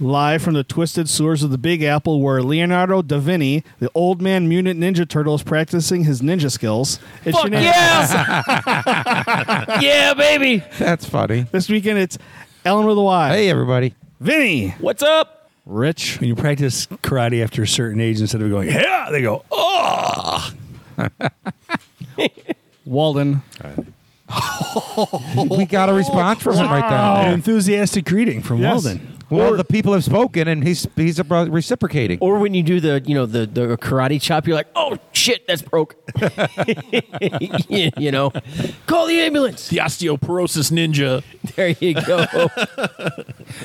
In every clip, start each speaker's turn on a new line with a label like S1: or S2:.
S1: live from the twisted sewers of the Big Apple, where Leonardo da Vinci, the old man mutant Ninja Turtle, is practicing his ninja skills. It's
S2: Fuck
S1: Shanae-
S2: yes! yeah, baby.
S3: That's funny.
S1: This weekend, it's Ellen with a Y.
S3: Hey, everybody.
S1: Vinny,
S2: What's up?
S1: Rich,
S4: When you practice karate after a certain age, instead of going, yeah, they go, oh.
S1: Walden,
S3: We got a response from him right
S4: An
S3: there.
S4: enthusiastic greeting from
S1: Oh. Yes.
S4: Walden.
S3: Well, the people have spoken, and he's he's about reciprocating.
S2: Or when you do the, you know, the, the karate chop, you're like, oh shit, that's broke. you know, call the ambulance.
S5: The osteoporosis ninja.
S2: There you go.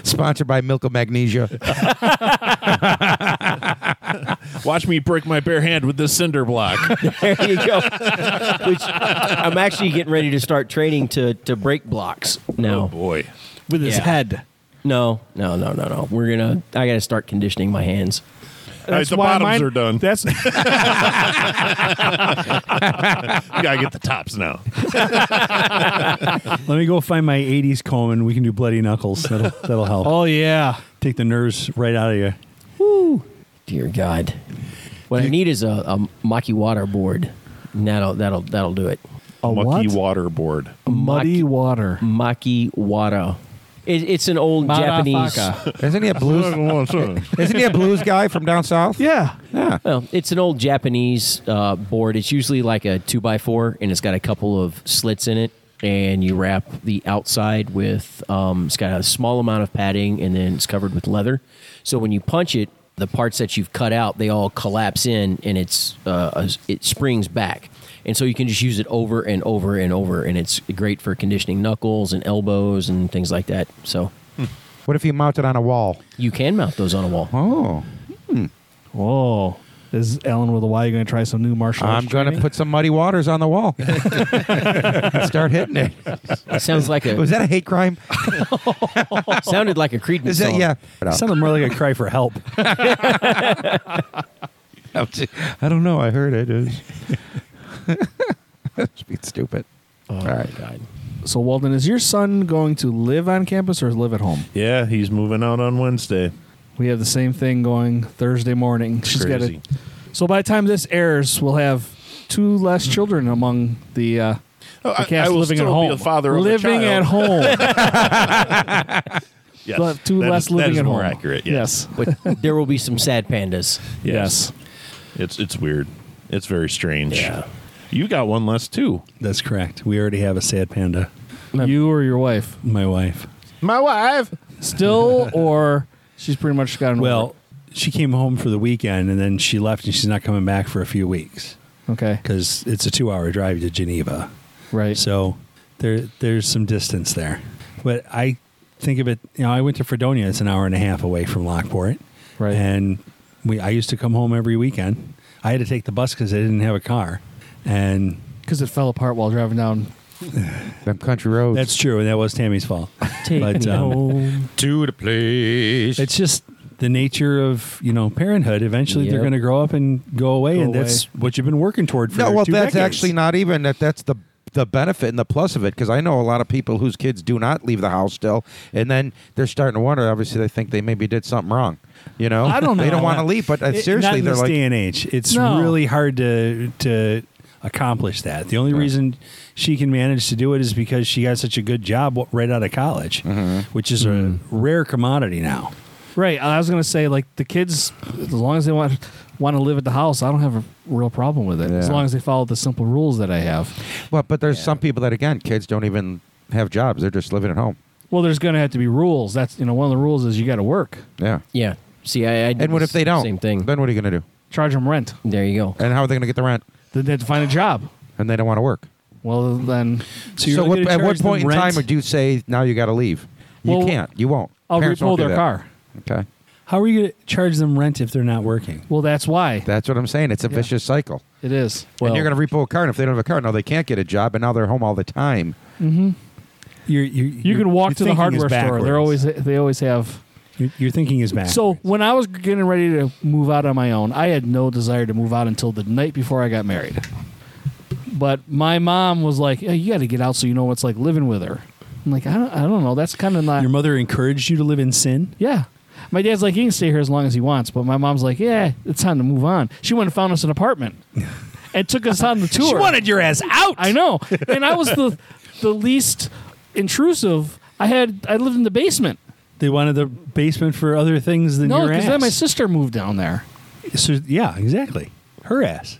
S3: Sponsored by Milk of Magnesia.
S5: Watch me break my bare hand with this cinder block. Oh,
S2: There you go. Which I'm actually getting ready to start training to to break blocks now.
S5: Boy.
S1: Oh, with his
S2: Yeah.
S1: head.
S2: No, no, no, no, no. We're gonna. I gotta start conditioning my hands.
S5: All right, the
S1: why
S5: bottoms
S1: mine-
S5: are done.
S1: That's
S5: You gotta get the tops now.
S4: Let me go find my 80s comb and we can do bloody knuckles. That'll, that'll help.
S1: oh yeah.
S4: Take the nerves right out of you.
S2: Dear God, what I need is a, a maki water board. And that'll that'll that'll do it.
S1: A
S5: Mucky
S1: what?
S5: water board.
S1: Muddy water.
S2: Maki water. It, it's an old Japanese.
S1: Motherfucker.
S3: Isn't he a blues? Isn't he a blues guy from down south?
S1: Yeah.
S2: Well, it's an old Japanese uh, board. It's usually like a two by four, and it's got a couple of slits in it. And you wrap the outside with um, it's got a small amount of padding, and then it's covered with leather. So when you punch it, the parts that you've cut out they all collapse in, and it's uh, a- it springs back. And so you can just use it over and over and over, and it's great for conditioning knuckles and elbows and things like that. So
S3: What if he mounted on a wall?
S2: you can mount those on a wall.
S3: Oh,
S1: Whoa. Is Ellen with a Y going to try some new martial arts?
S3: I'm going to
S1: training?
S3: put some muddy waters on the wall. Start hitting it.
S2: Sounds like a
S3: Was that a hate crime?
S2: sounded like a Creedence
S3: Is that
S2: song.
S3: yeah?
S4: Sounded more like a cry for help.
S3: I don't know. I heard it. It's it's stupid.
S2: Oh
S3: All
S2: my
S3: right.
S2: God.
S1: So Walden, is your son going to live on campus or live at home?
S5: Yeah, he's moving out on Wednesday.
S1: We have the same thing going Thursday morning. She's got
S5: Crazy.
S1: it. So by the time this airs, we'll have two less children among the. Uh,
S5: Oh,
S1: the
S5: Hmm. I-
S1: cast
S5: I will
S1: living at
S5: still
S1: home.
S5: be a father of a
S1: living at
S5: child.
S1: home.
S5: Yes.
S1: We'll have two
S5: That
S1: less
S5: is- that
S1: living
S5: is
S1: at
S5: more
S1: home.
S5: accurate. Yes.
S2: but there will be some sad pandas.
S1: Yes.
S5: It's it's weird. It's very strange. You got one less too.
S4: That's correct. We already have a sad panda.
S1: yes. You or your wife.
S4: My wife.
S5: My wife.
S1: Still or she's pretty much gotten over
S4: Well, she came home for the weekend and then she left and she's not coming back for a few weeks
S1: it. okay
S4: because it's a two hour drive to Geneva.
S1: right
S4: So there, there's some distance there. But I think of it, you know, I went to Fredonia. It's an hour and a half away from Lockport.
S1: Right.
S4: And we, I used to come home every weekend. I had to take the bus because I didn't have a car. And
S1: because it fell apart while driving down.
S3: Them country roads.
S4: that's true. And that was Tammy's fault.
S2: Take
S4: But,
S2: me
S4: um,
S2: home.
S3: to the place.
S4: It's just the nature of you know parenthood. Eventually, they're
S2: Yep.
S4: going to grow up and go away,
S1: Go
S4: and that's what you've been working toward for.
S3: no, well,
S4: two
S3: that's
S4: decades.
S3: actually not even that. That's the the benefit and the plus of it because I know a lot of people whose kids do not leave the house still, and then they're starting to wonder. Obviously, they think they maybe did something wrong. You know,
S1: I don't
S3: They don't
S1: know.
S3: want to leave, but uh,
S4: It- not
S3: seriously,
S4: in
S3: they're
S4: this
S3: like,
S4: day and age. It's
S1: No.
S4: really hard to to accomplish that. The only reason she can manage to do it is because she got such a good job w- right out of college,
S3: Mm-hmm.
S4: which is a
S1: Mm-hmm.
S4: rare commodity now.
S1: Right. I was gonna say like the kids, as long as they want want to live at the house, I don't have a real problem with it. As
S3: Yeah.
S1: long as they follow the simple rules that I have.
S3: well, but there's some people that again, kids don't even have jobs; they're just living at home.
S1: Well, there's gonna have to be rules. That's you know one of the rules is you got to work,
S3: Yeah.
S2: Yeah. See, I, I did
S3: And what
S2: the
S3: if they don't?
S2: Same thing.
S3: Then what are you going to do?
S1: charge them rent,
S2: There you go.
S3: And how are they going to get the rent?
S1: then they have to find a job.
S3: And they don't want to work.
S1: Well, then
S4: you're
S3: what,
S4: gonna
S3: at what
S4: charge them
S3: point in
S4: rent?
S3: time would you say now you got to leave? You
S1: Well,
S3: can't. You won't.
S1: I'll
S3: Parents
S1: repo
S3: won't do
S1: their
S3: that.
S1: car.
S3: Okay,
S4: How are you going to charge them rent if they're not working?
S1: Well, that's why
S3: that's what I'm saying. It's a
S1: Yeah.
S3: vicious cycle.
S1: it is.
S3: and you're going to repo a car, and if they don't have a car, now they can't get a job, and now they're home all the time.
S4: You're, you're,
S1: You can walk to the hardware store. They're always they always have.
S4: Your, your thinking is back.
S1: So when I was getting ready to move out on my own, I had no desire to move out until the night before I got married. But my mom was like, hey, "You got to get out so you know what's like living with her." I'm like, "I don't, I don't know. That's kind of not."
S4: your mother encouraged you to live in sin.
S1: yeah, My dad's like, he can stay here as long as he wants, but my mom's like, yeah, it's time to move on. She went and found us an apartment and took us on the tour.
S4: She wanted your ass out.
S1: I know, and I was the the least intrusive. I had I lived in the basement.
S4: They wanted the basement for other things than
S1: No,
S4: your ass.
S1: because then my sister moved down there.
S4: So, yeah, exactly. Her ass.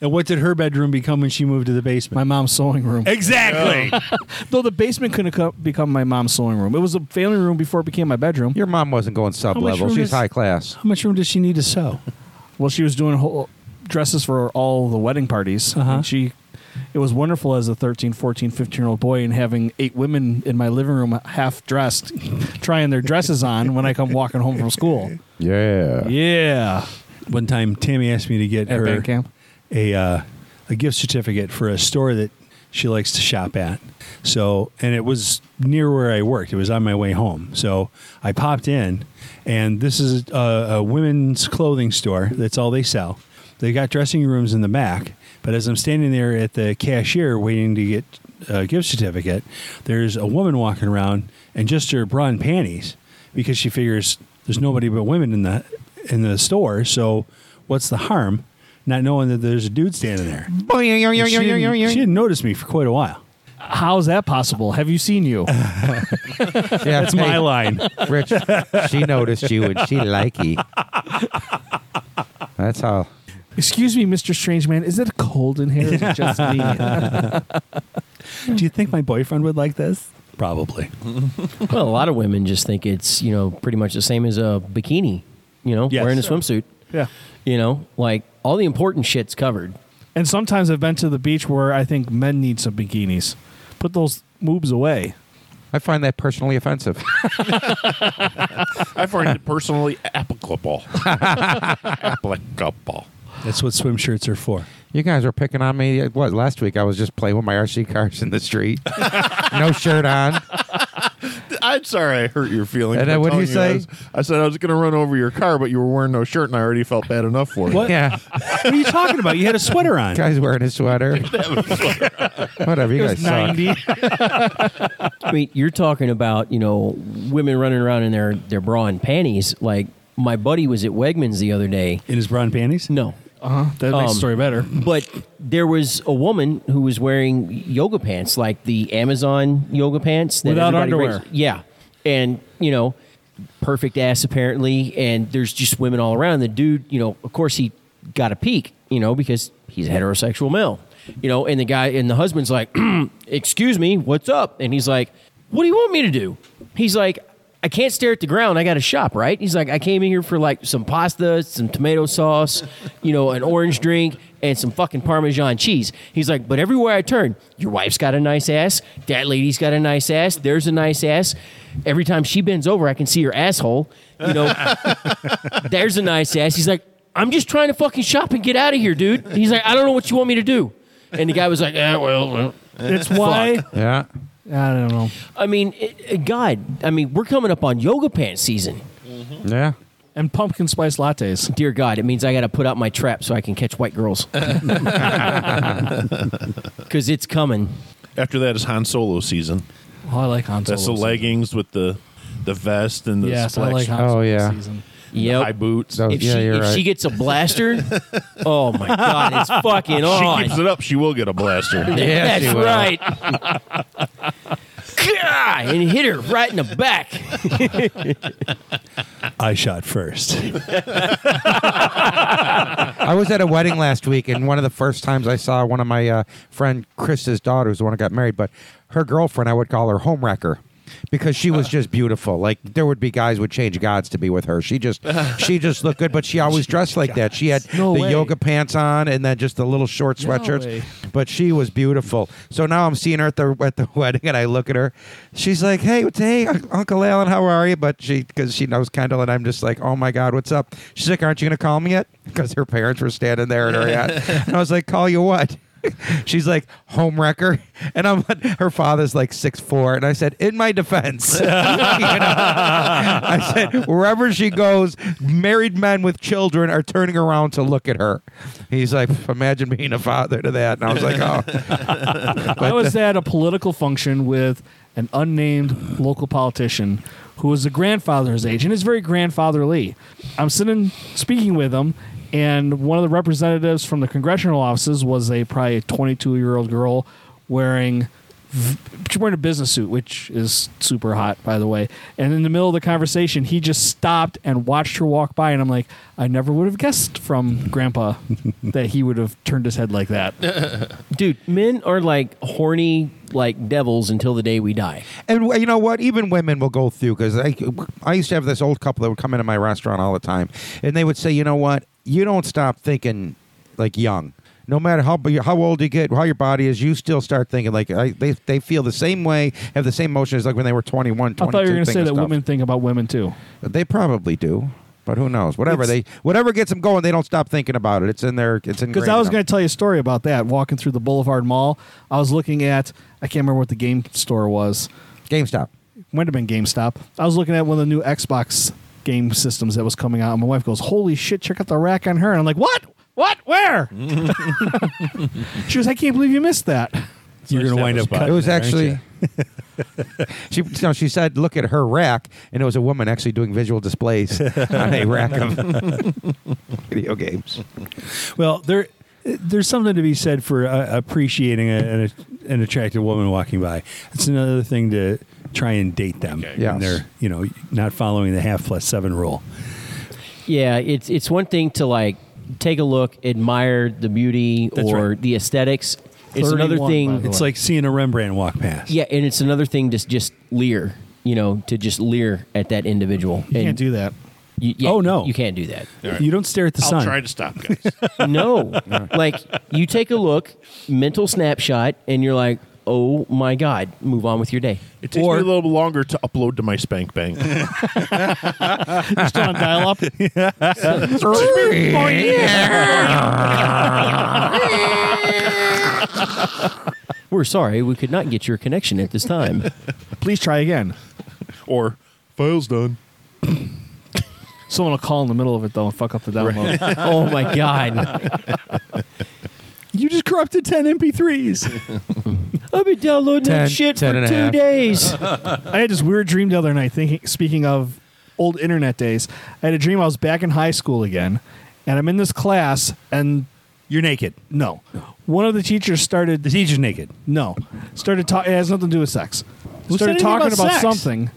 S4: and what did her bedroom become when she moved to the
S1: My
S4: basement?
S1: mom's sewing room.
S4: exactly.
S1: Though the basement couldn't co- become my mom's sewing room. It was a family room before it became my bedroom.
S3: Your mom wasn't going sub level.
S4: room
S3: She's
S4: is-
S3: high class.
S4: How much room does she need to sew?
S1: Well, she was doing whole dresses for all the wedding parties.
S4: Uh-huh.
S1: And she it was wonderful as a 13, 14, 15-year-old boy and having eight women in my living room half dressed trying their dresses on when I come walking home from school.
S3: Yeah.
S1: Yeah.
S4: One time, Tammy asked me to get
S1: At
S4: her
S1: band camp.
S4: a uh, a gift certificate for a store that she likes to shop at. So, and it was near where I worked. It was on my way home. So I popped in, and this is a, a women's clothing store. That's all they sell. They got dressing rooms in the back. But as I'm standing there at the cashier waiting to get a gift certificate, there's a woman walking around in just her bra and panties because she figures there's nobody but women in the in the store. So what's the harm? Not knowing that there's a dude standing there. And She didn't, she didn't notice me for quite a while.
S1: How's that possible? Have you seen you?
S3: That's
S4: My line.
S3: Rich, she noticed you and she like you. That's how.
S1: Excuse me, Mr. Strange Man, is it cold in here? Is it just me?
S4: Do you think my boyfriend would like this? Probably.
S2: Well, a lot of women just think it's you know pretty much the same as a bikini, you know,
S4: Yes.
S2: wearing a swimsuit.
S1: yeah.
S2: You know, like all the important shit's covered.
S1: And sometimes I've been to the beach where I think men need some bikinis. Put those moobs away.
S3: I find that personally offensive.
S5: I find it personally applicable. applicable.
S4: That's what swim shirts are for.
S3: You guys were picking on me. What last week? I was just playing with my RC cars in the street, no shirt on.
S5: I'm sorry I hurt your feelings.
S3: And
S5: by
S3: then what'd
S5: telling
S3: you
S5: I
S3: say?
S5: was- I, said I was going to run over your car, but you were wearing no shirt, and I already felt bad enough for it.
S4: What?
S3: Yeah,
S4: What are you talking about? You had a sweater on.
S3: guys wearing a sweater. Whatever. You guys suck.
S2: I mean, you're talking about you know women running around in their their bra and panties. Like my buddy was at Wegmans the other day.
S4: In his brown panties?
S2: No,
S1: Uh-huh. That makes
S2: Um,
S1: the story better.
S2: but there was a woman who was wearing yoga pants, like the Amazon yoga pants, that
S1: Without
S2: everybody
S1: underwear.
S2: wears. Yeah, and you know, perfect ass apparently. And there's just women all around. The dude, you know, of course he got a peek, you know, because he's a heterosexual male, you know. And the guy and the husband's like, "Excuse me, what's up?" And he's like, "What do you want me to do?" He's like. I can't stare at the ground. I got to shop, right? He's like, I came in here for like some pasta, some tomato sauce, you know, an orange drink, and some fucking Parmesan cheese. He's like, but everywhere I turn, your wife's got a nice ass. That lady's got a nice ass. There's a nice ass. Every time she bends over, I can see her asshole. You know, there's a nice ass. He's like, I'm just trying to fucking shop and get out of here, dude. He's like, I don't know what you want me to do. And the guy was like, eh, well, well,
S1: It's why
S3: Yeah.
S1: I don't know.
S2: I mean, it, it- God, I mean, we're coming up on yoga pants season.
S3: Yeah.
S1: And pumpkin spice lattes.
S2: Dear God, it means I got to put out my trap so I can catch white girls. Because it's coming.
S5: After that is Han Solo season.
S1: Oh, I like Han Solo.
S5: That's the leggings with the the vest and the
S1: Yes, I
S5: black
S1: like
S5: sh-
S1: Han
S3: Oh,
S1: Solo
S3: yeah.
S1: season.
S2: Yep.
S5: high boots.
S3: So-
S2: if
S3: yeah,
S2: she,
S3: you're
S2: if
S3: right.
S2: she gets a blaster, oh my God, it's fucking on.
S5: she keeps it up, she will get a blaster.
S3: Yeah, she
S2: That's
S3: will.
S2: right. God, and hit her right in the back.
S4: I shot first.
S3: I was at a wedding last week, and one of the first times I saw one of my uh, friend Chris's daughters, the one who got married, but her girlfriend, I would call her home wrecker because she was just beautiful. Like there would be guys would change gods to be with her. She just she just looked good, but she always dressed like that. She had
S1: No
S3: the
S1: way.
S3: yoga pants on and then just the little short
S1: No
S3: sweatshirts.
S1: way.
S3: but she was beautiful. So now I'm seeing her at the at the wedding, and I look at her. She's like, "Hey, what's- hey, Un- Uncle Alan, how are you?" But she, because she knows Kendall, and I'm just like, "Oh my God, what's up?" She's like, "Aren't you gonna call me yet?" Because her parents were standing there at her aunt, and I was like, "Call you what?" She's like home wrecker, and I'm her father's like six four, and I said, in my defense, you know? I said wherever she goes, married men with children are turning around to look at her. He's like, imagine being a father to that, and I was like, oh,
S1: I was at a political function with an unnamed local politician who was the grandfather of his age and is very grandfatherly. I'm sitting speaking with him, and one of the representatives from the congressional offices was a probably a 22 year old girl wearing she's wearing a business suit, which is super hot, by the way. And in the middle of the conversation, he just stopped and watched her walk by, and I'm like, I never would have guessed from Grandpa that he would have turned his head like that.
S2: Dude, men are like horny like devils until the day we die.
S3: And w- you know what? Even women will go through because I, I used to have this old couple that would come into my restaurant all the time, and they would say, you know what? You don't stop thinking like young. No matter how b- how old you get, how your body is, you still start thinking like I, they they feel the same way, have the same emotions like when they were 21, 22.
S1: I thought you were going to say
S3: thinking
S1: that
S3: stuff.
S1: women think about women too.
S3: They probably do, but who knows? Whatever
S1: It's-
S3: they whatever gets them going, they don't stop thinking about it. It's in their it's in.
S1: Because I was going to tell you a story about that. Walking through the Boulevard Mall, I was looking at, I can't remember what the game store was.
S3: GameStop.
S1: might have been GameStop. I was looking at one of the new Xbox game systems that was coming out, and my wife goes, "Holy shit! Check out the rack on her!" And I'm like, "What? What? Where?" she was, "I can't believe you missed that."
S4: You're going
S5: nice to
S4: to
S5: have
S4: wind
S5: a
S4: up
S5: spot.
S3: It
S4: cutting
S3: was
S4: there, ain't
S3: actually.
S4: ya?
S3: she no, she said, "Look at her rack," and it was a woman actually doing visual displays on a rack of video games.
S4: Well, there, there's something to be said for uh, appreciating a, an, an attractive woman walking by. It's another thing to try and date them.
S5: Okay.
S3: Yes.
S4: And they're, you know, not following the half plus seven rule.
S2: Yeah, it's it's one thing to like take a look, admire the beauty
S4: That's
S2: or
S4: right.
S2: the aesthetics. It's
S1: 31,
S2: another
S1: by
S2: thing.
S1: the way.
S4: It's like seeing a Rembrandt walk past.
S2: Yeah, and it's another thing to just leer, you know, to just leer at that individual.
S1: You can't do that.
S2: You, yeah,
S4: Oh, no.
S2: you can't do that.
S5: All right.
S4: You don't stare at the
S5: I'll
S4: sun.
S5: try to stop, guys.
S2: No, like you take a look, mental snapshot, and you're like, oh my god, move on with your day.
S5: It takes
S4: Or-
S5: me a little longer to upload to my Spank Bank.
S1: You're still on dial up.
S2: We're sorry, we could not get your connection at this time.
S1: Please try again.
S5: or files done.
S1: Someone will call in the middle of it though and fuck up the download.
S2: oh my god,
S4: You just corrupted 10 MP3s.
S2: I've been downloading
S3: Ten-
S2: that shit
S3: ten and
S2: for
S3: a
S2: two
S3: half.
S2: days.
S1: I had this weird dream the other night. Thinking, speaking of old internet days, I had a dream I was back in high school again, and I'm in this class, and
S4: You're naked.
S1: no, one of the teachers started
S4: The teacher's naked.
S1: No. Started talking. It has nothing to do with sex.
S4: Who said
S1: Started
S4: anything
S1: talking
S4: about
S1: about,
S4: sex?
S1: something.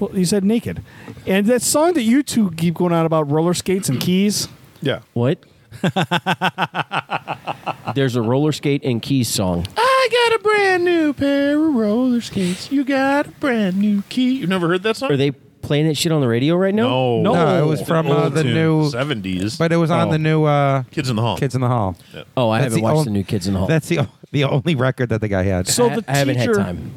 S1: Well, you said naked, and that song that you two keep going on about roller skates and keys.
S5: Yeah.
S2: What? There's a roller skate and keys song.
S5: I got a brand new pair of roller skates. You got a brand new key. You've never heard that song?
S2: Are they playing that shit on the radio right now?
S5: no.
S1: No.
S3: No, it was
S1: It's
S3: from uh,
S4: old
S3: the
S4: tune.
S3: new,
S5: 70s.
S3: but it was on
S5: Oh.
S3: the new uh,
S5: Kids in the Hall.
S3: Kids in the Hall.
S2: Oh, I
S3: That's
S2: haven't
S3: the
S2: watched
S3: on-
S2: the new Kids in the Hall.
S3: That's the o- the only record that the guy had.
S1: So
S2: I,
S1: the teacher,
S2: I haven't had time.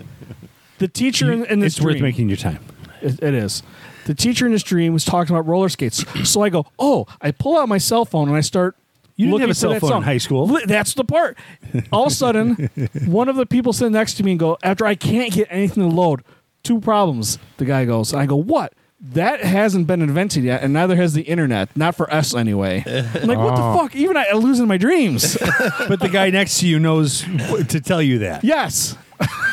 S1: the teacher in, in this
S4: it's worth
S1: dream-
S4: making your time.
S1: It, it is. The teacher in this dream was talking about roller skates. So I go, oh, I pull out my cell phone and I start.
S4: You didn't
S1: looking
S4: have a
S1: for
S4: cell
S1: that
S4: phone in
S1: song.
S4: high school.
S1: Li- That's the part. All of a sudden, one of the people sitting next to me and go, after I can't get anything to load, two problems. The guy goes, I go, what? That hasn't been invented yet, and neither has the internet. Not for us, anyway. I'm like, what the fuck? Even I, I lose in my dreams.
S4: But the guy next to you knows w- to tell you that.
S1: yes.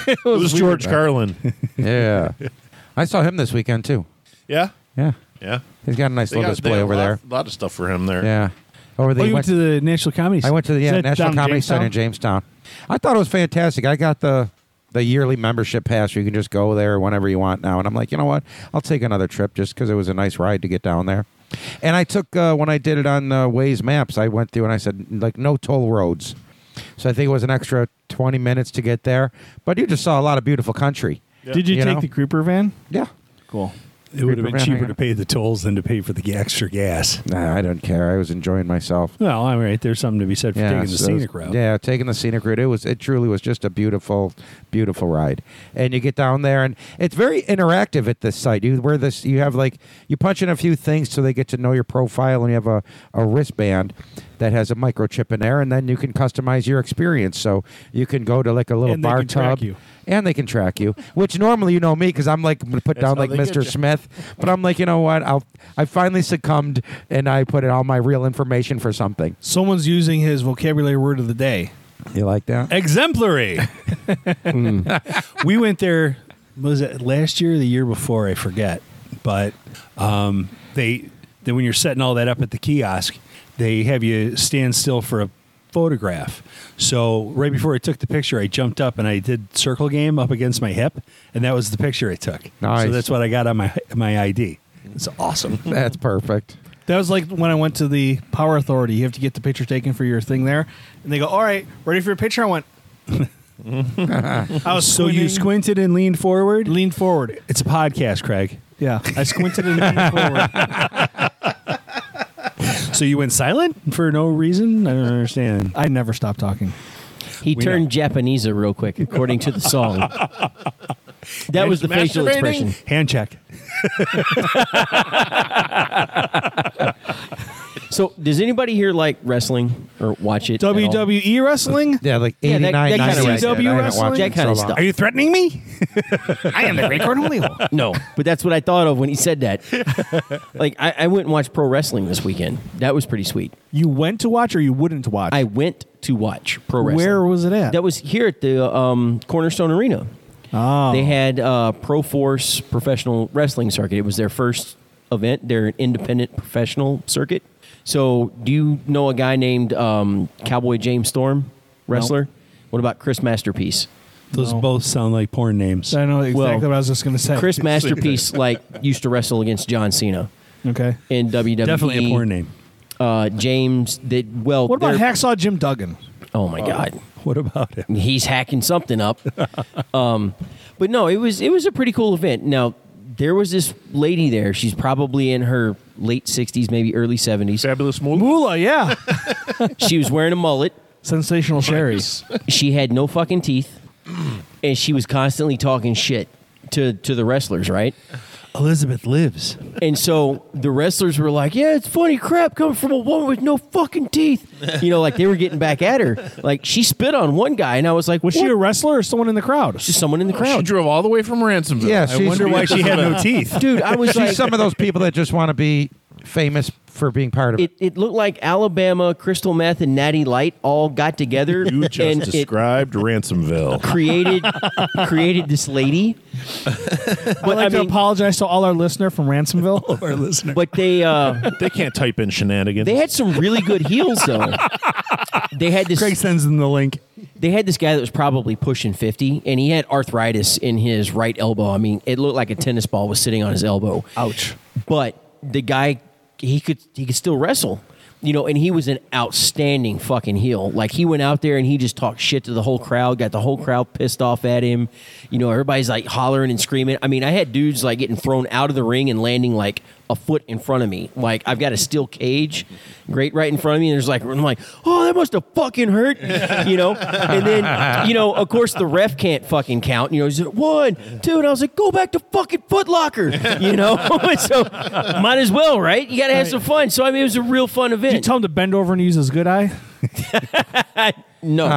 S5: it was George Carlin.
S3: yeah, I saw him this weekend too.
S5: yeah.
S3: Yeah,
S5: Yeah.
S3: he's got a nice
S5: They
S3: little
S5: got- they
S3: display
S5: got
S3: over
S5: a lot,
S3: there.
S5: A lot of stuff for him there.
S3: Yeah, over the
S4: Oh, you went to the National Comedy
S3: I went to the
S4: Is
S3: yeah,
S4: that
S3: National
S4: down
S3: Comedy Center in
S4: Jamestown?
S3: Jamestown. I thought it was fantastic. I got the the yearly membership pass. You can just go there whenever you want now. And I'm like, you know what? I'll take another trip just because it was a nice ride to get down there. And I took uh, when I did it on uh, Waze Maps. I went through and I said like no toll roads. So I think it was an extra 20 minutes to get there. But you just saw a lot of beautiful country.
S5: Yeah.
S1: Did you,
S3: You
S1: take
S3: know?
S1: the creeper van?
S3: Yeah.
S1: Cool.
S4: It would have been
S3: Creeper van,
S4: cheaper
S3: yeah.
S4: to pay the tolls than to pay for the g- extra gas.
S3: Nah, I don't care. I was enjoying myself.
S4: Well, all right. There's something to be said for taking the
S3: so it was-
S4: scenic route.
S3: Yeah, taking the scenic route. It was it truly was just a beautiful, beautiful ride. And you get down there, and it's very interactive at this site. You wear this, you have like you punch in a few things so they get to know your profile, and you have a, a wristband that has a microchip in there, and then you can customize your experience. So you can go to like a little
S1: And they
S3: bar
S1: can track
S3: tub.
S1: you.
S3: And they can track you, which normally you know me because I'm like I'm gonna put
S5: That's
S3: down
S5: how
S3: like
S5: they get
S3: Mr.
S5: you.
S3: Smith, but I'm like you know what I'll I finally succumbed and I put in all my real information for something.
S1: Someone's using his vocabulary word of the day.
S3: You like that?
S4: exemplary. Hmm. we went there. Was it last year or the year before? I forget. But um, they then when you're setting all that up at the kiosk, they have you stand still for a photograph. So right before I took the picture, I jumped up and I did circle game up against my hip, and that was the picture I took.
S3: Nice.
S4: So that's what I got on my my ID. It's awesome.
S3: That's perfect.
S6: That was like when I went to the power authority. You have to get the picture taken for your thing there, and they go, "All right, ready for your picture?" I went. I was
S4: So you
S6: squinting,
S4: squinted and leaned forward.
S6: leaned forward.
S4: It's a podcast, Craig.
S6: Yeah, I squinted and leaned forward.
S4: So you went silent for no reason. I don't understand.
S6: I never stopped talking.
S2: He
S4: We
S2: turned Japanese real quick, according to the song. that was the facial
S5: Masturbating?
S2: expression.
S4: Hand check.
S2: So, does anybody here like wrestling or watch it? at all?
S6: WWE wrestling.
S3: Yeah, like
S2: Yeah, that-
S3: 89,
S2: that kinda
S3: 90.
S2: wrestling.
S3: I haven't watched
S2: That
S3: it in
S2: kinda
S3: so long.
S2: stuff.
S4: Are you threatening me?
S6: I am the great Gordon
S2: No, but that's what I thought of when he said that. like, I, I went and watched pro wrestling this weekend. That was pretty sweet.
S1: You went to watch or you wouldn't watch?
S2: I went to watch pro wrestling.
S6: Where was it at?
S2: That was here at the um, Cornerstone Arena.
S6: Oh.
S2: They had uh, Pro Force Professional Wrestling Circuit. It was their first event, their independent professional circuit. So, do you know a guy named um, Cowboy James Storm, wrestler? What about Chris Masterpiece?
S4: Those both sound like porn names.
S6: I know exactly
S2: Well,
S6: what I was just going to say.
S2: Chris Masterpiece like used to wrestle against John Cena
S6: Okay.
S2: in WWE.
S4: Definitely a porn name.
S2: Uh, James did well.
S6: What about
S2: they're-
S6: Hacksaw Jim Duggan?
S2: Oh my God,
S4: What about him?
S2: he's hacking something up. um, but no, it was it was a pretty cool event. Now there was this lady there. She's probably in her late sixties, maybe early seventies.
S5: Fabulous Moolah.
S6: Moolah, yeah.
S2: She was wearing a mullet.
S6: Sensational Sherry's.
S2: She had no fucking teeth, and she was constantly talking shit to to the wrestlers, right?
S4: Elizabeth lives.
S2: And so the wrestlers were like, "Yeah, it's funny crap coming from a woman with no fucking teeth." You know, like they were getting back at her. Like she spit on one guy, and I was like,
S1: was
S2: "What?"
S1: she a wrestler or someone in the crowd?
S2: Just someone in the
S5: She
S2: crowd,
S5: drove all the way from Ransomville.
S3: Yeah,
S5: I
S3: she's-
S5: wonder why she had no teeth.
S2: dude. I was like,
S3: She's some of those people that just want to be famous for being part of it.
S2: it, it looked like Alabama, Crystal Meth, and Natty Light all got together
S5: You
S2: and
S5: just
S2: it
S5: described Ransomville.
S2: created created this lady.
S1: I'd like
S2: I
S1: to
S2: mean-
S1: apologize to all our listener from Ransomville.
S4: Our listener.
S2: But they uh,
S5: They can't type in shenanigans.
S2: they had some really good heels though. They had this
S4: Craig sends them the link.
S2: they had this guy that was probably pushing 50 and he had arthritis in his right elbow i mean it looked like a tennis ball was sitting on his elbow ouch but the guy he could he could still wrestle you know and he was an outstanding fucking heel like he went out there and he just talked shit to the whole crowd got the whole crowd pissed off at him you know everybody's like hollering and screaming i mean i had dudes like getting thrown out of the ring and landing like a foot in front of me like i've got a steel cage great right in front of me and there's like i'm like oh that must have fucking hurt you know and then you know of course the ref can't fucking count you know he's like one two and i was like go back to fucking footlocker you know And so might as well right you gotta have some fun so i mean it was a real fun event
S1: Did you tell him to bend over and use his good eye?
S2: no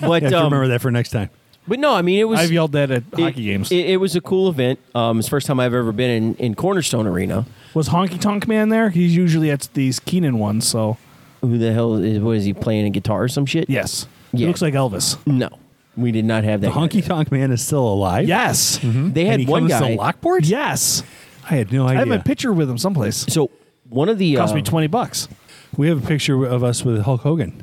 S2: but
S4: Yeah,
S2: um,
S4: remember that for next time.
S2: but no i mean it was
S1: I've yelled that at hockey games.
S2: It, it was a cool event. Um, it's the first time I've ever been in, in Cornerstone Arena.
S1: was Honky Tonk Man there? He's usually at these Keenan ones, so
S2: Who the hell is? What is he playing a guitar or some shit?
S1: yes. He
S2: Yeah.
S1: looks like Elvis.
S2: No, we did not have that.
S4: The honky tonk man is still alive.
S1: Yes.
S2: They
S4: And
S2: had
S4: he
S2: one
S4: comes
S2: guy.
S4: to Lockport.
S1: Yes.
S4: I had no
S1: I
S4: idea.
S1: have a picture with him someplace.
S2: So one of the
S1: Cost
S2: uh,
S1: me 20 bucks.
S4: we have a picture of us with Hulk Hogan.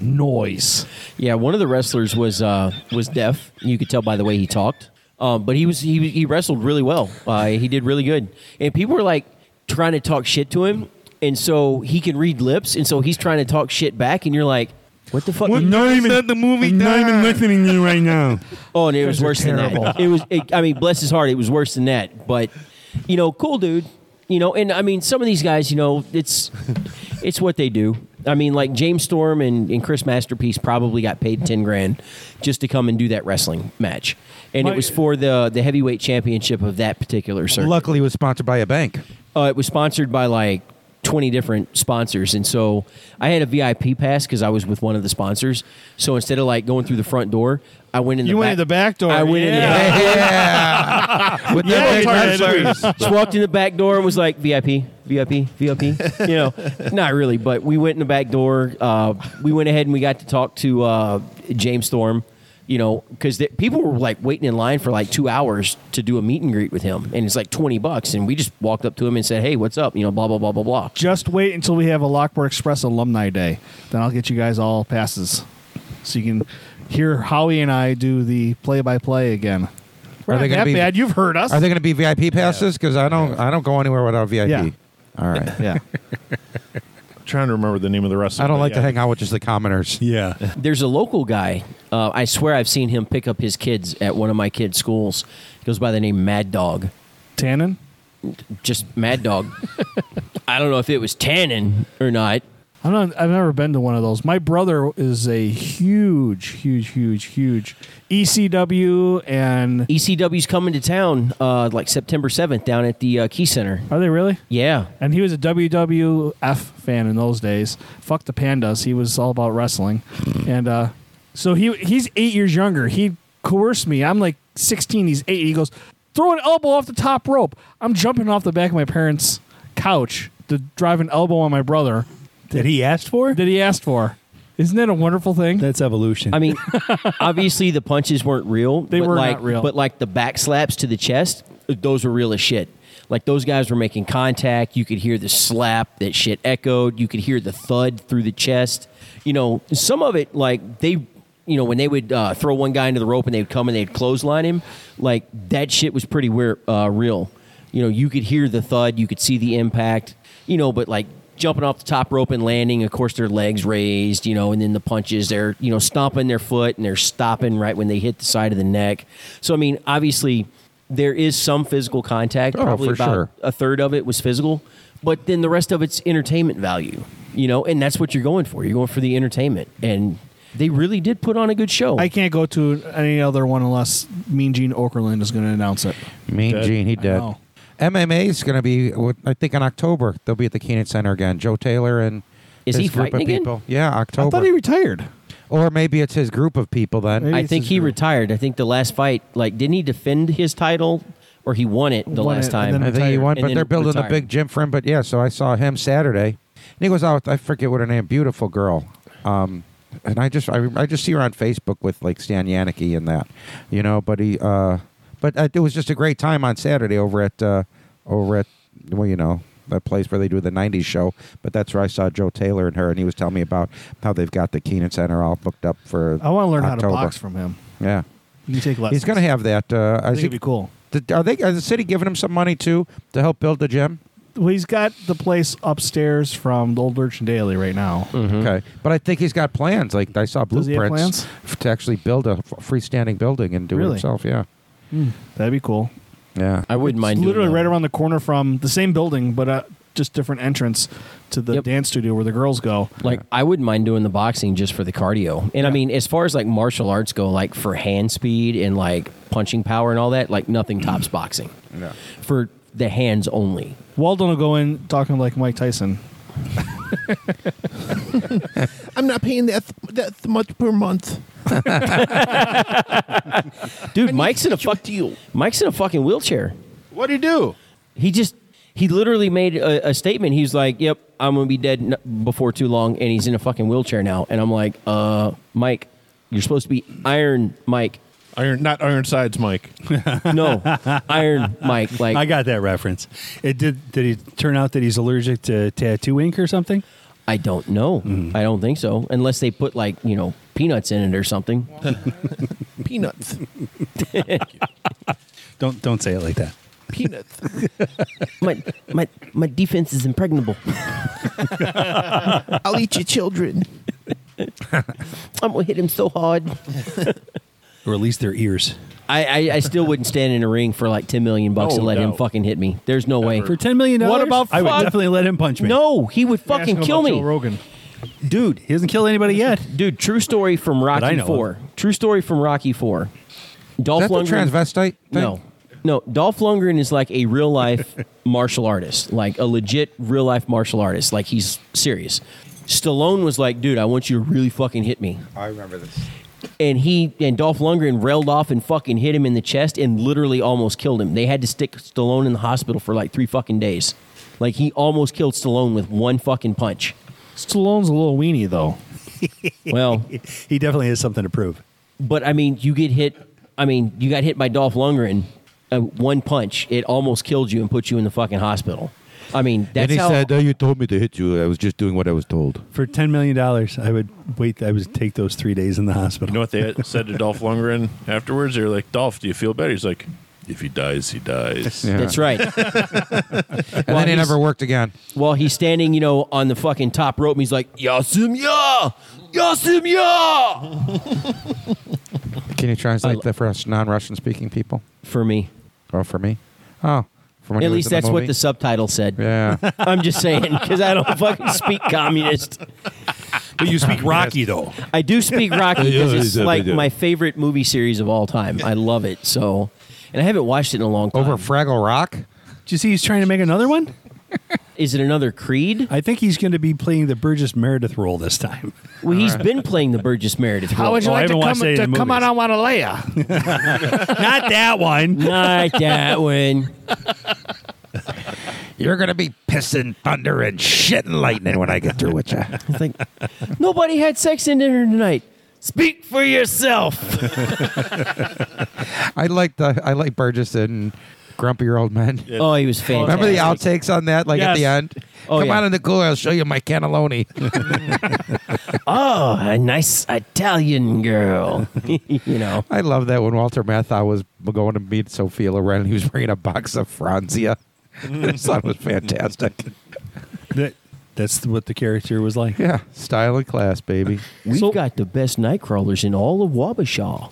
S1: Noise.
S2: yeah, one of the wrestlers was uh, was deaf. You could tell by the way he talked. Um, but he was he he wrestled really well. Uh, he did really good, and people were like trying to talk shit to him, and so he can read lips, and so he's trying to talk shit back, and you're like, what the fuck?
S4: not even
S3: the movie
S4: listening to you right now.
S2: Oh, and it was worse than that. It was. It, I mean, bless his heart, it was worse than that. But you know, cool dude. You know, and I mean, some of these guys, you know, it's it's what they do. I mean, like James Storm and, and Chris Masterpiece probably got paid ten grand just to come and do that wrestling match, and it was for the the heavyweight championship of that particular circuit.
S3: Luckily, it was sponsored by a bank.
S2: Uh, it was sponsored by like 20 different sponsors. And so I had a VIP pass because I was with one of the sponsors. So instead of like going through the front door, I went in the
S5: You
S2: back.
S5: went in the back door,
S2: I went in the
S5: yeah.
S2: back.
S3: Yeah. With the
S5: Yeah,
S3: big
S5: Target.
S3: hustlers.
S2: Just walked in the back door and was like VIP, VIP, VIP. You know, not really, but we went in the back door. Uh, we went ahead and we got to talk to uh, James Storm. You know, because people were like waiting in line for like two hours to do a meet and greet with him, and it's like twenty bucks, and we just walked up to him and said, "Hey, what's up?" You know, blah blah blah blah blah.
S1: Just wait until we have a Lockport Express alumni day. Then I'll get you guys all passes, so you can hear Howie and I do the play-by-play again. We're
S3: Are
S1: not
S3: they gonna
S1: that
S3: be-
S1: bad? You've heard us.
S3: Are they going to be VIP passes? Because I don't, I don't go anywhere without VIP.
S1: Yeah.
S3: All right.
S1: yeah.
S5: trying to remember the name of the restaurant.
S3: I don't
S5: but
S3: like
S5: yeah.
S3: to hang out with just the commoners.
S4: Yeah.
S2: There's a local guy. Uh, I swear I've seen him pick up his kids at one of my kids' schools. He goes by the name Mad Dog.
S1: Tannen.
S2: Just Mad Dog. I don't know if it was Tannen or not.
S1: I'm not, I've never been to one of those. My brother is a huge, huge, huge, huge ECW, and
S2: ECW's E coming to town uh, like September 7th down at the uh, Key Center.
S1: are they really?
S2: Yeah.
S1: And he was a WWF fan in those days. Fuck the pandas. He was all about wrestling, and uh, so he he's eight years younger. He coerced me. I'm like 16. He's eight. He goes, throw an elbow off the top rope. I'm jumping off the back of my parents' couch to drive an elbow on my brother
S4: That he asked for?
S1: that he asked for. Isn't that a wonderful thing?
S4: That's evolution.
S2: I mean, obviously the punches weren't real.
S1: They
S2: but
S1: were not
S2: like,
S1: real.
S2: But like the back slaps to the chest, those were real as shit. Like those guys were making contact. You could hear the slap. That shit echoed. You could hear the thud through the chest. You know, some of it, like they, you know, when they would uh, throw one guy into the rope and they'd come and they'd clothesline him, like that shit was pretty weir- uh, real. You know, you could hear the thud. You could see the impact. You know, but like jumping off the top rope and landing. Of course, their legs raised, you know, and then the punches. They're you know stomping their foot and they're stopping right when they hit the side of the neck. So I mean, obviously, there is some physical contact.
S3: Oh,
S2: probably
S3: for
S2: about
S3: sure.
S2: a third of it was physical, but then the rest of it's entertainment value, you know, and that's what you're going for. You're going for the entertainment, and they really did put on a good show.
S1: I can't go to any other one unless Mean Gene Okerlund is going to announce it.
S3: Mean
S5: Dead.
S3: Gene, he did.
S1: know.
S3: MMA is going to be, what- I think, in October. They'll be at the Keenan Center again. Joe Taylor and
S2: Is
S3: his
S2: he
S3: group of
S2: fighting again?
S3: people. Yeah,
S1: I
S3: October.
S1: thought he retired.
S3: or maybe it's his group of people then.
S1: Maybe
S2: I
S1: it's
S2: think
S1: his
S2: he
S1: group.
S2: retired. I think the last fight, like, didn't he defend his title or he won it the
S1: Won
S2: last
S1: it,
S2: time?
S1: and then
S3: I think he
S1: retired.
S3: won,
S2: And
S3: but
S2: then
S3: they're building a
S2: retired.
S3: big gym for him. But yeah, so I saw him Saturday. And he goes out. I forget what her name. Beautiful girl. Um, and I just I, I just see her on Facebook with like Stan Yannicki and that, you know. But he, uh, but uh, it was just a great time on Saturday over at uh, over at well, you know. That place where they do the '90s show, but that's where I saw Joe Taylor and her, and he was telling me about how they've got the Keenan Center all booked up for.
S1: I want to learn how
S3: October.
S1: to box from him.
S3: Yeah,
S1: You can take lessons.
S3: he's going to have that. Uh,
S1: I think
S3: is he,
S1: it'd be cool.
S3: th- are they? Are the city giving him some money too to help build the gym?
S1: Well, he's got the place upstairs from the old Urchin Daily right now.
S2: Mm-hmm.
S3: Okay, but I think he's got plans. Like I saw
S1: Does he have
S3: blueprints
S1: plans?
S3: f- to actually build a f- freestanding building and do it
S1: Really?
S3: himself. Yeah,
S1: That'd be cool.
S3: yeah.
S2: I wouldn't mind.
S1: It's
S2: doing
S1: literally
S2: that.
S1: right around the corner from the same building, but uh, just different entrance to the
S2: Yep.
S1: dance studio where the girls go.
S2: Like I wouldn't mind doing the boxing just for the cardio. And I mean, as far as like martial arts go, like for hand speed and like punching power and all that, like nothing tops boxing.
S3: Yeah.
S2: For the hands only.
S1: Walden will go in talking like Mike Tyson.
S5: I'm not paying that that much per month.
S2: Dude, Mike's in a fuck
S5: deal.
S2: Mike's in a fucking wheelchair.
S5: What do you do?
S2: He just he literally made a, a statement. He's like, "Yep, I'm gonna be dead n- before too long," and he's in a fucking wheelchair now. And I'm like, "Uh, Mike, you're supposed to be Iron Mike."
S5: Iron, not iron sides, Mike.
S2: No, Iron Mike. Like
S4: I got that reference. It did. Did he turn out that he's allergic to tattoo ink or something?
S2: I don't know. I don't think so, unless they put like you know peanuts in it or something.
S5: Peanuts.
S4: Don't don't say it like that.
S5: Peanuts.
S2: my my my defense is impregnable.
S5: I'll eat your children.
S2: I'm gonna hit him so hard.
S4: Or at least their ears.
S2: I, I, I still wouldn't stand in a ring for like ten million bucks
S5: No,
S2: and let him
S5: no.
S2: fucking hit me. There's no way.
S4: For ten million dollars,
S2: What about
S4: I would
S2: fuck?
S4: definitely let him punch me.
S2: no, he would fucking
S1: Ask him
S2: kill
S1: about
S2: me.
S1: Joe Rogan.
S4: dude, he doesn't kill anybody yet.
S2: Dude, true story from
S4: I
S2: Rocky
S4: know
S2: Four. True story from Rocky Four.
S3: Is
S2: Dolph
S3: that the
S2: Lundgren.
S3: transvestite? Thing?
S2: no, No, Dolph Lundgren is like a real life martial artist, like a legit real life martial artist. Like he's serious. Stallone was like, dude, I want you to really fucking hit me.
S3: I remember this.
S2: And he and Dolph Lundgren railed off and fucking hit him in the chest and literally almost killed him. They had to stick Stallone in the hospital for like three fucking days. Like he almost killed Stallone with one fucking punch.
S1: Stallone's a little weenie though.
S2: Well,
S4: He definitely has something to prove.
S2: but I mean, you get hit. I mean, you got hit by Dolph Lundgren. Uh, one punch, it almost killed you and put you in the fucking hospital. I mean, that's
S3: and he
S2: how.
S3: said, oh, "You told me to hit you. I was just doing what I was told."
S4: For ten million dollars, I would wait. I would take those three days in the hospital.
S5: You know what they had- said to Dolph Lundgren afterwards? They were like, Dolph, do you feel better? He's like, if he dies, he dies.
S3: Yeah.
S2: that's right.
S3: And
S2: Well,
S3: then he
S2: he's-
S3: never worked again.
S2: While he's standing, you know, on the fucking top rope, and he's like, "Yasim ya, Yasim ya."
S3: Can you translate
S2: I-
S3: that for us non-Russian speaking people?
S2: For me,
S3: Or for me? Oh, for when he
S2: at
S3: was
S2: least
S3: in
S2: that's what
S3: movie?
S2: the subtitle said.
S3: Yeah,
S2: I'm just saying because I don't fucking speak communist.
S4: But you speak Rocky though.
S2: I do speak Rocky
S3: Yeah,
S2: because it's
S3: yeah,
S2: like
S3: yeah.
S2: my favorite movie series of all time. I love it so, and I haven't watched it in a long time.
S3: over Fraggle Rock.
S4: Did you see he's trying to make another one?
S2: Is it another Creed?
S4: I think he's going to be playing the Burgess Meredith role this time.
S2: Well, he's been playing the Burgess Meredith.
S1: How
S2: role.
S1: would you
S4: Oh, I
S1: like to
S4: haven't
S1: come
S4: watched any of
S1: to
S4: the
S1: come on
S4: movies.
S1: on Wanalea?
S4: Not that one.
S2: Not that one.
S3: You're gonna be pissing thunder and shit and lightning when I get through with you.
S2: I think nobody had sex in dinner tonight. Speak for yourself.
S3: I like the I like Burgess and Grumpier Old Men.
S2: Oh, he was fantastic.
S3: Remember the outtakes on that, like at the
S1: Yes.
S3: end.
S2: Oh,
S3: Come
S2: yeah.
S3: on in the cooler, I'll show you my cannelloni.
S2: Oh, a nice Italian girl. you know.
S3: I love that when Walter Matthau was going to meet Sophia Loren, he was bringing a box of Franzia.
S2: Mm.
S3: His son was fantastic.
S4: That, that's what the character was like.
S3: Yeah, style and class, baby.
S2: We've got the best night crawlers in all of Wabasha.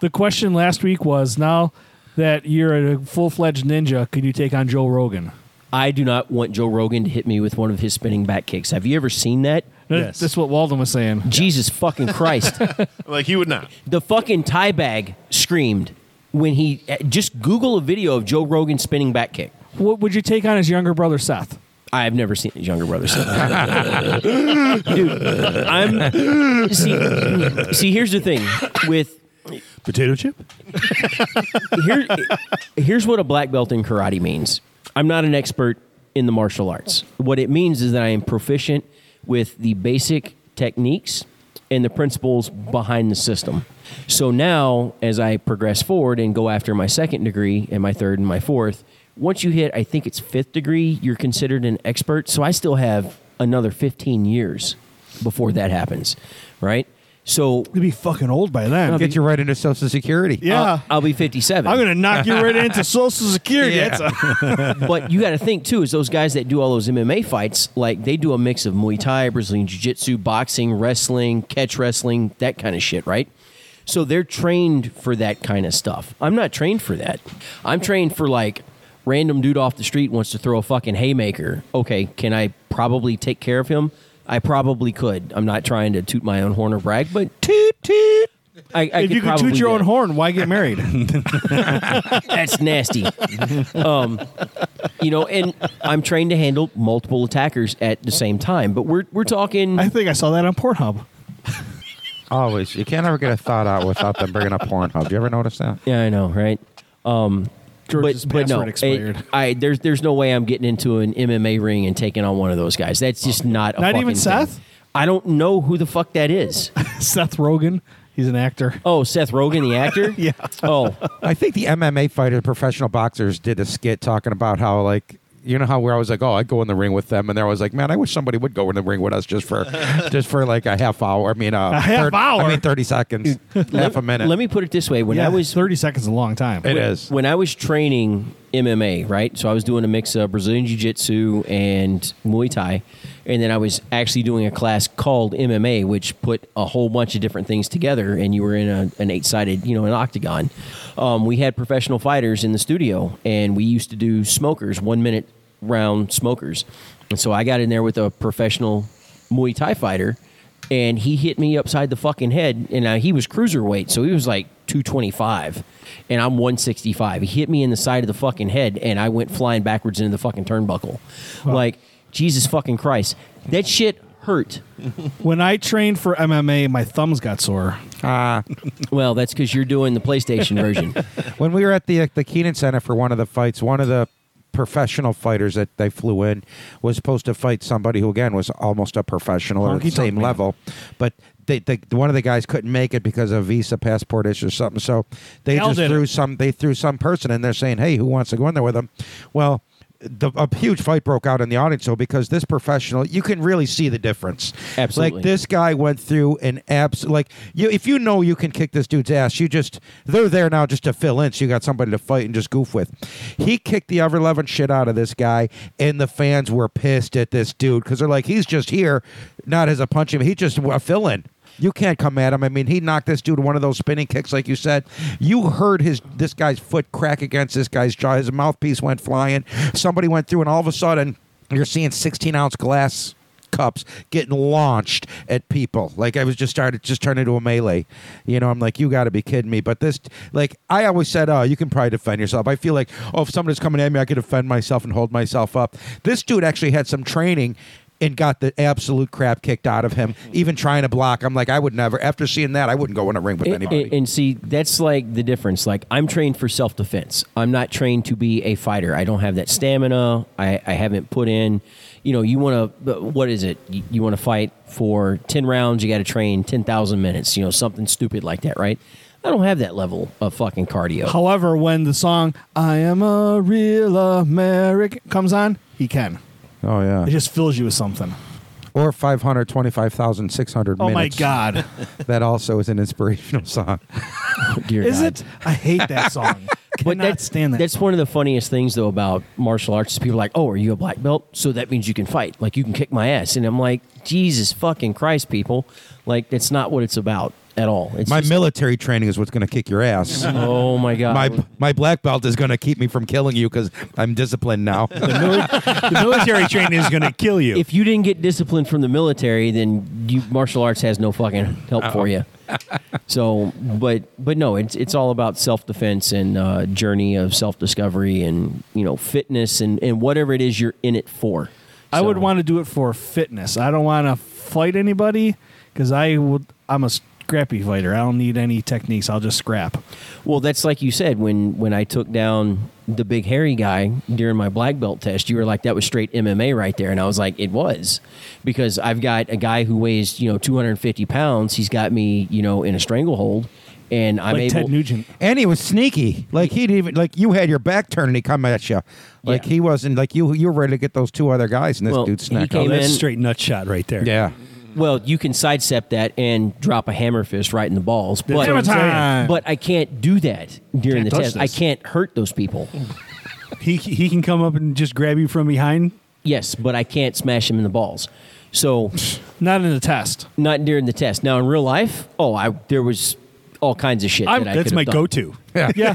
S1: The question last week was now that you're a full fledged ninja, can you take on Joe Rogan?
S2: I do not want Joe Rogan to hit me with one of his spinning back kicks. Have you ever seen that?
S4: Yes.
S1: That's what Walden was saying.
S2: Jesus fucking Christ.
S5: Like, he would not.
S2: the fucking tie bag screamed when he uh, just Google a video of Joe Rogan spinning back kick.
S1: What would you take on his younger brother Seth?
S2: I've never seen his younger brother. so- Dude, I'm see, see. Here's the thing with
S4: Potato chip.
S2: here, here's what a black belt in karate means. I'm not an expert in the martial arts. What it means is that I am proficient with the basic techniques and the principles behind the system. So now, as I progress forward and go after my second degree and my third and my fourth, once you hit, I think it's fifth degree, you're considered an expert. So I still have another 15 years before that happens, right? So
S6: You'll be fucking old by then.
S3: Get you right into Social Security.
S6: yeah.
S2: I'll, I'll be 57.
S6: I'm gonna knock you right into Social Security.
S3: Yeah.
S6: That's
S2: uh,
S6: a-
S2: but you got to think too is those guys that do all those MMA fights, like they do a mix of Muay Thai, Brazilian Jiu Jitsu, boxing, wrestling, catch wrestling, that kind of shit, right? So they're trained for that kind of stuff. I'm not trained for that. I'm trained for like random dude off the street wants to throw a fucking haymaker. Okay, can I probably take care of him? I probably could. I'm not trying to toot my own horn or brag, but
S6: toot toot.
S2: I, I
S6: If you could
S2: probably
S6: toot your
S2: do
S6: own
S2: it.
S6: horn, why get married?
S2: That's nasty. um, you know, and I'm trained to handle multiple attackers at the same time. But we're we're talking.
S6: I think I saw that on Pornhub.
S3: Always. You can't ever get a thought out without them bringing up Pornhub. You ever notice that?
S2: yeah, I know, right?
S6: George's
S2: but but no,
S6: password expired.
S2: it- I there's there's no way I'm getting into an MMA ring and taking on one of those guys. That's just not a
S1: Not
S2: fucking
S1: even
S2: thing.
S1: Seth?
S2: I don't know who the fuck that is.
S1: Seth Rogan, he's an actor.
S2: Oh, Seth Rogen, the actor. yeah. Oh,
S3: I think the MMA fighter, professional boxers, did a skit talking about how like. You know how we're always like, oh, I go in the ring with them, and they're always like, man, I wish somebody would go in the ring with us just for, just for like a half hour. I mean, uh, a
S1: half
S3: I
S1: hour?
S3: mean, thirty seconds, half a minute.
S2: let me put it this way: when I was
S1: 30 seconds is a long time.
S3: It is.
S2: when I was training MMA, right? So I was doing a mix of Brazilian Jiu Jitsu and Muay Thai. And then I was actually doing a class called MMA, which put a whole bunch of different things together. And you were in a, an eight sided, you know, an octagon. Um, we had professional fighters in the studio, and we used to do smokers, one minute round smokers. And so I got in there with a professional Muay Thai fighter and he hit me upside the fucking head. And uh, he was cruiserweight, so he was like 225, and I'm 165. He hit me in the side of the fucking head, and I went flying backwards into the fucking turnbuckle. Like Jesus fucking Christ, that shit hurt.
S1: When I trained for MMA, my thumbs got sore.
S3: Ah.
S2: Well, that's because you're doing the PlayStation version.
S3: when we were at the uh, the Keenan Center for one of the fights, one of the professional fighters that they flew in was supposed to fight somebody who again was almost a professional or at the same level, but. They, they, one of the guys couldn't make it because of visa passport issue or something. So they
S1: Hell
S3: just
S1: did
S3: threw
S1: it.
S3: some. They threw some person in there saying, "Hey, who wants to go in there with them?" Well, the, a huge fight broke out in the audience though because this professional, you can really see the difference.
S2: Absolutely.
S3: Like this this guy went through an abs like you if you know you can kick this dude's ass you just they're there now just to fill in so you got somebody to fight and just goof with he kicked the ever loving shit out of this guy and the fans were pissed at this dude because they're like he's just here not as a punching he just a fill-in you can't come at him. I mean, he knocked this dude one of those spinning kicks, like you said. You heard his this guy's foot crack against this guy's jaw. His mouthpiece went flying. Somebody went through, and all of a sudden, you're seeing 16 ounce glass cups getting launched at people. Like I was just started just turned into a melee. You know, I'm like, you got to be kidding me. But this, like, I always said, oh, you can probably defend yourself. I feel like, oh, if somebody's coming at me, I could defend myself and hold myself up. This dude actually had some training. And got the absolute crap kicked out of him. Even trying to block, I'm like, I would never. After seeing that, I wouldn't go in a ring with
S2: And-
S3: anybody.
S2: And, and see, that's like the difference. Like I'm trained for self defense. I'm not trained to be a fighter. I don't have that stamina. I, I haven't put in. You know, you want to. What is it? You, you want to fight for ten rounds. You got to train ten thousand minutes. You know, something stupid like that, right? I don't have that level of fucking cardio.
S1: However, when the song I Am a Real American comes on, he can.
S3: oh
S1: It
S3: yeah,
S1: just fills you with something.
S3: or 500, 25,600
S1: Oh my
S3: minutes.
S1: God.
S3: That also is an inspirational song.
S2: Dear
S1: Is
S2: God.
S1: it? I hate that song. Cannot stand that.
S2: That's one of the funniest things though about martial arts. is People are like, oh, are you a black belt? So that means you can fight. Like you can kick my ass. And I'm like, Jesus fucking Christ, people! Like that's not what it's about at all. It's
S3: My
S2: just-
S3: military training is what's going to kick your ass.
S2: Oh my god!
S3: my my black belt is going to keep me from killing you because I'm disciplined now.
S4: the military training is going to kill you.
S2: if you didn't get disciplined from the military, then you martial arts has no fucking help for you. So, but but no, it's it's all about self defense and uh, journey of self discovery and you know fitness and and whatever it is you're in it for.
S1: I would
S2: So-
S1: want to do it for fitness. I don't want to fight anybody because I would. I'm a scrappy fighter. I don't need any techniques. I'll just scrap.
S2: Well, that's like you said when when I took down the big hairy guy during my black belt test. You were like, "That was straight MMA right there," and I was like, "It was," because I've got a guy who weighs you know 250 pounds. He's got me you know in a stranglehold, and I'm
S1: Like
S2: able.
S1: Ted Nugent.
S3: and he was sneaky. Like he'd even like you had your back turned and he come at you. Like
S2: Yeah.
S3: he wasn't like you. You were ready to get those two other guys and this
S2: Well,
S3: dude
S2: he
S3: snuck
S4: oh,
S3: out.
S2: came-
S4: that's
S2: Amen.
S4: straight nut shot right there.
S3: Yeah.
S2: Well, you can sidestep that and drop a hammer fist right in the balls, but
S4: what I'm saying.
S2: but I can't do that
S1: Can't
S2: during the
S1: touch
S2: test.
S1: this.
S2: I can't hurt those people.
S4: He he can come up and just grab you from behind.
S2: yes, but I can't smash them in the balls. So
S1: Not in the test.
S2: not during the test. Now in real life, oh, I there was all kinds of shit.
S1: I'm-
S2: that I
S4: That's
S2: could've
S4: my
S2: done.
S4: go-to.
S1: Yeah,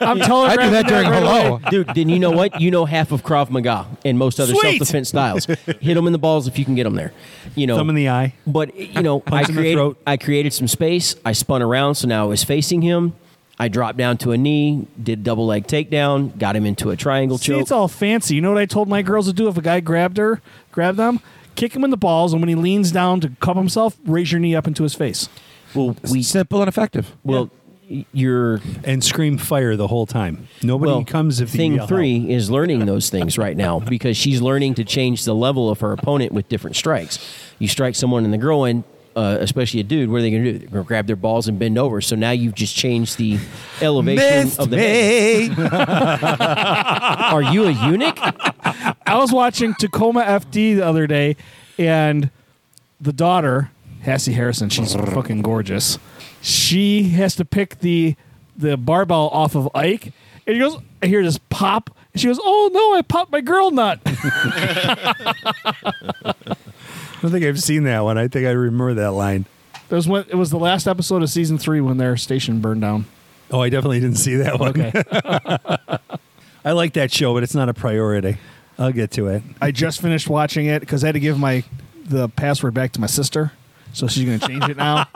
S1: I'm telling.
S3: I do that during hello.
S2: Dude, then you know what? You know half of Krav Maga and most other
S1: Sweet.
S2: self-defense styles. Hit them in the balls if you can get them there. You know,
S4: Thumb in the eye.
S2: But you know, I
S4: Punch in the
S2: created,
S4: throat.
S2: I created some space. I spun around, so now I was facing him. I dropped down to a knee, did double leg takedown, got him into a triangle
S1: See,
S2: choke.
S1: it's all fancy. You know what I told my girls to do if a guy grabbed her, grab them, kick him in the balls, and when he leans down to cup himself, raise your knee up into his face.
S2: well, we
S3: Simple and effective.
S2: well, y- you're
S4: and scream fire the whole time. Nobody
S2: well.
S4: comes if you
S2: thing
S4: yell help.
S2: three is learning those things right now because she's learning to change the level of her opponent with different strikes. You strike someone in the groin. Uh, especially a dude, what are they going to do? They're going to grab their balls and bend over. So now you've just changed the elevation
S3: Missed
S2: of the head.
S3: me.
S2: Are you a eunuch?
S1: I was watching Tacoma FD the other day, and the daughter, Hassie Harrison, she's fucking gorgeous. She has to pick the the barbell off of Ike, and he goes, I hear this pop. And she goes, Oh no, I popped my girl nut.
S4: I don't think I've seen that one. I think I remember that line.
S1: There's one. It was the last episode of season three when their station burned down.
S4: Oh, I definitely didn't see that one.
S1: Okay,
S4: I like that show, but it's not a priority. I'll get to it.
S1: I just finished watching it because I had to give my the password back to my sister So she's going to change it now.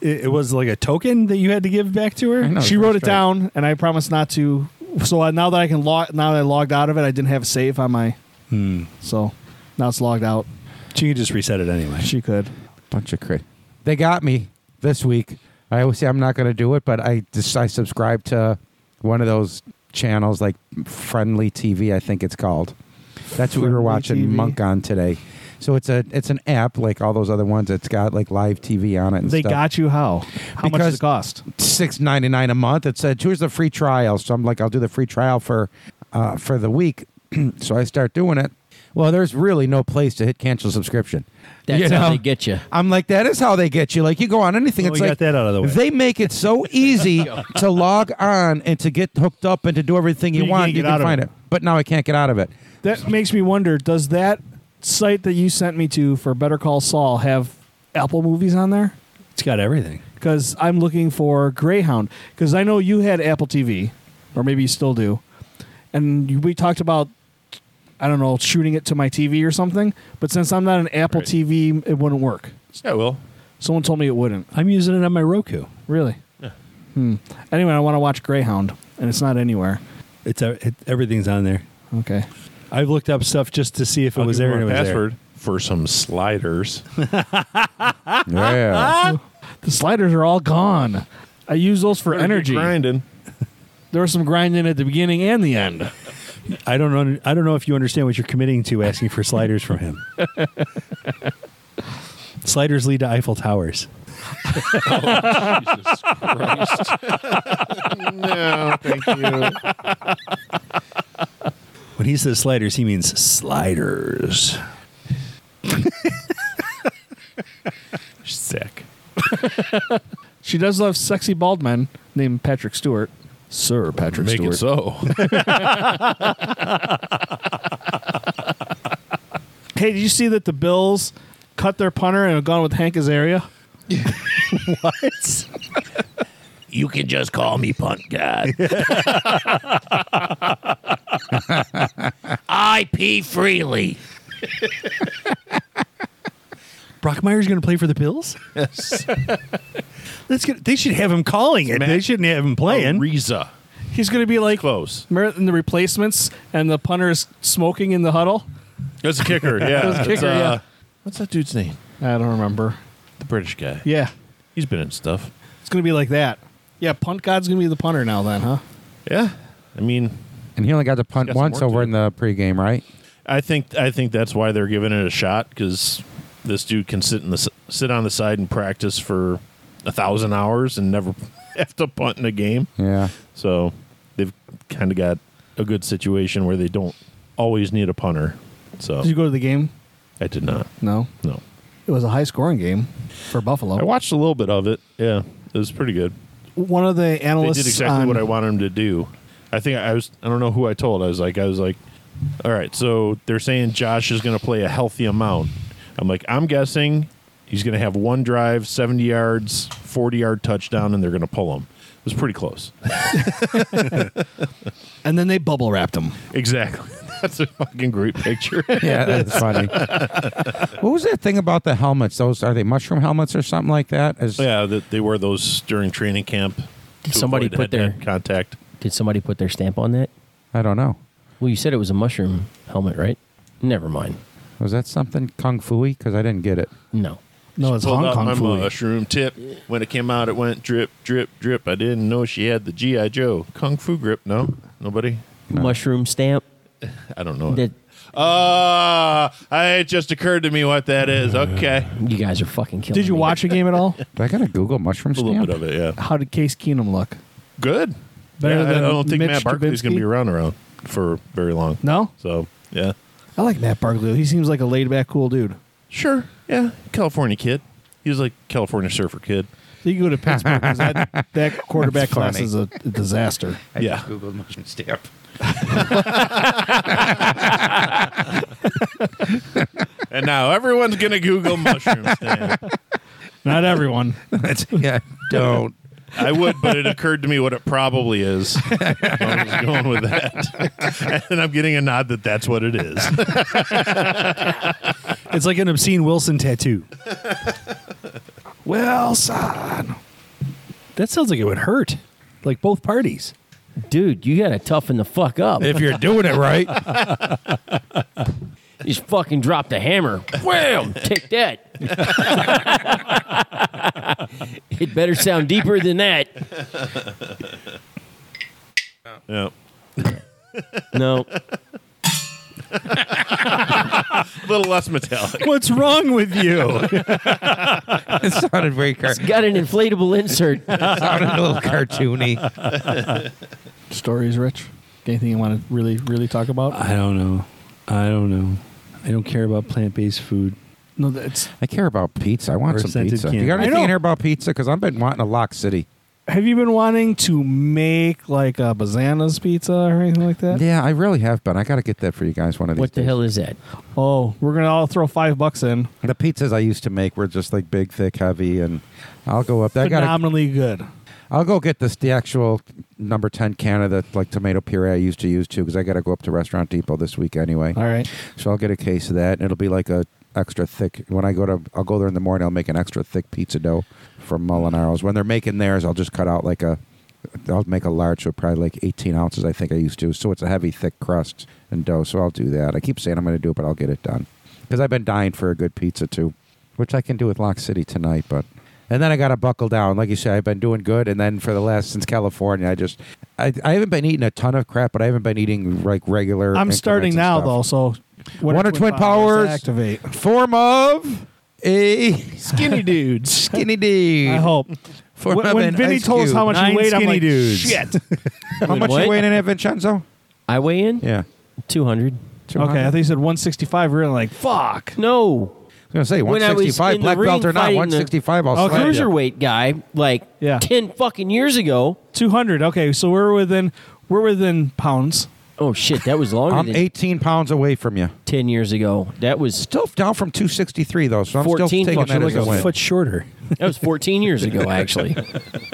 S4: It, it was like a token that you had to give back to her.
S3: I know.
S1: she wrote it down, and I promised not to. So I, now that I can log, now that I logged out of it, I didn't have a save on my.
S3: Hmm.
S1: So now it's logged out.
S4: She could just reset it anyway.
S1: She could.
S3: Bunch of crit. They got me this week. I always say I'm not going to do it, but I just I subscribe to one of those channels like Friendly TV, I think it's called. That's what we were
S1: Friendly
S3: watching
S1: TV.
S3: Monk on today. So it's a it's an app like all those other ones. It's got like live TV on it. And
S1: They
S3: stuff.
S1: got you how? How much does
S3: Because-
S1: it cost?
S3: six ninety nine a month. It said, "Here's the free trial." So I'm like, "I'll do the free trial for uh, for the week." so I start doing it. Well, there's really no place to hit cancel subscription.
S2: That's
S3: You
S2: how
S3: know?
S2: they get you.
S3: I'm like, that is how they get you. Like you go on anything.
S4: Well,
S3: it's
S4: we
S3: like
S4: got that out of the way.
S3: They make it so easy to log on and to get hooked up and to do everything you,
S1: You
S3: want.
S1: can't
S3: You
S1: get
S3: can
S1: out of
S3: find
S1: it.
S3: it. but now I can't get out of it.
S1: That makes me wonder. Does that site that you sent me to for Better Call Saul have Apple movies on there?
S4: It's got everything.
S1: Because I'm looking for Greyhound. Because I know you had Apple TV, or maybe you still do, and you- we talked about. I don't know, shooting it to my TV or something. But since I'm not an Apple
S5: Right.
S1: TV, it wouldn't work.
S5: Yeah, well,
S1: Someone told me it wouldn't.
S4: I'm using it on my Roku.
S1: Really? Hmm. Anyway, I want to watch Greyhound, and it's not anywhere.
S4: It's a, it, everything's on there.
S1: Okay.
S4: I've looked up stuff just to see if it
S5: I'll
S4: was
S5: give
S4: there.
S5: you
S4: And it
S5: my
S4: was there.
S5: password for some sliders.
S3: Yeah.
S1: The sliders are all gone. I use those for energy.
S5: grinding.
S1: There was some grinding at the beginning and the end.
S4: I don't know. I don't know if you understand what you're committing to asking for sliders from him. sliders lead to Eiffel Towers.
S5: Oh, Jesus Christ. no, thank you.
S4: When he says sliders, he means sliders.
S5: Sick.
S1: She does love sexy bald men named Patrick Stewart. Sir Patrick
S5: Make
S1: Stewart.
S5: it so.
S1: Hey, did you see that the Bills cut their punter and have gone with Hank Azaria?
S2: You can just call me Punt God. I pee freely.
S4: Brockmeyer's going to play for the Bills. That's good. They should have him calling it.
S5: Matt-
S4: They shouldn't have him playing.
S5: Ariza.
S1: He's going to be like
S5: Close.
S1: Mer- in the replacements, and the punter is smoking in the huddle.
S5: That's a kicker. Yeah. uh,
S1: That's a kicker, yeah.
S5: What's that dude's name?
S1: I don't remember.
S5: The British guy.
S1: Yeah,
S5: He's been in stuff.
S1: it's going to be like that. Yeah, punt god's going to be the punter now. Then, huh?
S5: Yeah. I mean,
S3: and he only got to punt
S5: Got some
S3: once
S5: work to
S3: over
S5: do.
S3: in the pregame, right?
S5: I think I think that's why they're giving it a shot because this dude can sit in the s- sit on the side and practice for a thousand hours and never have to punt in a game.
S3: Yeah.
S5: So they've kind of got a good situation where they don't always need a punter. So
S1: Did you go to the game?
S5: I did not.
S1: No,
S5: No,
S1: it was a high scoring game for Buffalo.
S5: I watched a little bit of it. Yeah, it was pretty good.
S1: One of the
S5: They
S1: analysts
S5: did exactly
S1: on-
S5: what I wanted them to do. I think I was. I don't know who I told. I was like, I was like, all right. So they're saying Josh is going to play a healthy amount. I'm like, I'm guessing he's going to have one drive, 70 yards, 40 yard touchdown, and they're going to pull him. It was pretty close.
S1: and then they bubble wrapped him.
S5: exactly. That's a fucking great picture.
S3: Yeah, that's funny. what was that thing about the helmets? Those are they mushroom helmets or something like that? Is-
S5: yeah, that they wear those during training camp.
S2: Did
S5: to
S2: somebody
S5: avoid
S2: put their-
S5: head-to-head contact?
S2: Did somebody put their stamp on that?
S3: I don't know.
S2: Well, you said it was a mushroom helmet, right? Never mind.
S3: Was that something kung fu Because I didn't get it.
S2: No.
S1: No, it's
S5: Pulled
S1: Hong
S5: out
S1: Kong
S5: my
S1: food.
S5: mushroom tip. When it came out, it went drip, drip, drip. I didn't know she had the GI Joe kung fu grip. No, nobody.
S2: Mushroom stamp.
S5: I don't know.
S2: That
S5: it. Uh, I- it just occurred to me what that is. Okay,
S2: you guys are fucking killing.
S1: Did you
S2: me.
S1: watch a game at all?
S3: Did I gotta Google mushroom
S5: a little
S3: stamp?
S5: bit of it. Yeah,
S1: How did Case Keenum look?
S5: good.
S1: Better
S5: Yeah, I- I
S1: than
S5: don't think
S1: Mitch
S5: Matt Barkley's going
S1: Trubisky?
S5: to be around around for very long.
S1: No,
S5: So yeah,
S1: I like Matt Barkley. He seems like a laid back, cool dude.
S5: sure. Yeah, California kid. He was like California surfer kid.
S1: So you go to Pittsburgh 'cause that, that quarterback
S3: That's funny.
S1: class is a, a disaster.
S3: I
S5: Yeah. just
S3: Googled mushroom stamp.
S5: And now everyone's going to Google mushroom stand.
S1: Not everyone.
S3: That's, yeah, don't.
S5: I would, but it occurred to me what it probably is. I was going with that, and I'm getting a nod that that's what it is.
S4: It's like an obscene Wilson tattoo.
S1: Wilson.
S4: That sounds like it would hurt, like both parties.
S2: Dude, you gotta toughen the fuck up.
S3: if you're doing it right.
S2: He's fucking dropped the hammer. Wham! Take that. it better sound deeper than that.
S5: Yeah.
S2: No.
S5: A little less metallic.
S4: What's wrong with you?
S3: It sounded very car-
S2: Got an inflatable insert.
S3: sounded a little cartoony.
S6: Stories, Rich. Anything you want to really, really talk about?
S1: Uh,
S4: I don't know. I don't know. I don't care about plant based food.
S6: no, that's.
S3: I care about pizza. I want some
S4: Represented
S3: pizza.
S4: Canada.
S3: You got
S4: I
S3: anything
S6: know.
S3: in here about pizza? Because I've been wanting a Lock City.
S6: Have you been wanting to make like a Bazana's pizza or anything like that?
S3: Yeah, I really have been. I got to get that for you guys one of these
S2: What the
S3: days.
S2: hell is that?
S6: Oh, we're gonna all throw five bucks in.
S3: The pizzas I used to make were just like big, thick, heavy, and I'll go up. I got.
S6: Phenomenally good.
S3: I'll go get this the actual number ten can of the like tomato puree I used to use too, because I got to go up to Restaurant Depot this week anyway.
S6: All right.
S3: So I'll get a case of that, and it'll be like a extra thick. When I go to, I'll go there in the morning. I'll make an extra thick pizza dough from Molinaro's. When they're making theirs, I'll just cut out like a. I'll make a large, so probably like 18 ounces. I think I used to. So it's a heavy, thick crust and dough. So I'll do that. I keep saying I'm going to do it, but I'll get it done because I've been dying for a good pizza too, which I can do with Lock City tonight. But and then I got to buckle down. Like you said, I've been doing good. And then for the last since California, I just I, I haven't been eating a ton of crap, but I haven't been eating like regular.
S1: I'm
S3: increments
S1: starting
S3: and
S1: now
S3: stuff.
S1: though, so
S3: Wonder Twin Powers.
S1: activate.
S3: Form of a
S1: Skinny dudes.
S3: skinny dude.
S1: I hope.
S3: Form
S1: when
S3: of
S1: when
S3: an
S1: Vinny
S3: ice
S1: told us
S3: cube.
S1: how much
S4: Nine
S1: he weighed, I'm
S4: skinny
S1: like,
S4: dudes.
S1: shit.
S3: how much
S2: What?
S3: you weighing in at Vincenzo?
S2: I weigh in?
S3: Yeah.
S2: 200.
S3: 200?
S1: okay, I think he said 165. We're like, fuck.
S2: No.
S3: I was gonna say
S2: When I was
S3: 165
S2: in the
S3: black
S2: ring
S3: belt or not
S2: fighting the-
S3: 165.
S2: A
S1: Oh,
S3: I'll slap you.
S2: cruiserweight guy, like
S1: Yeah.
S2: 10 fucking years ago.
S1: 200. Okay, so we're within we're within pounds.
S2: Oh, shit. That was longer
S3: I'm
S2: than
S3: 18 pounds away from you.
S2: 10 years ago. That was
S3: Still down from 263 though, so I'm
S2: 14
S3: still taking
S2: bucks.
S3: that
S2: You're
S3: as
S2: like
S3: a
S2: a
S3: win.
S4: Foot shorter.
S2: that was 14 years ago, actually.
S3: All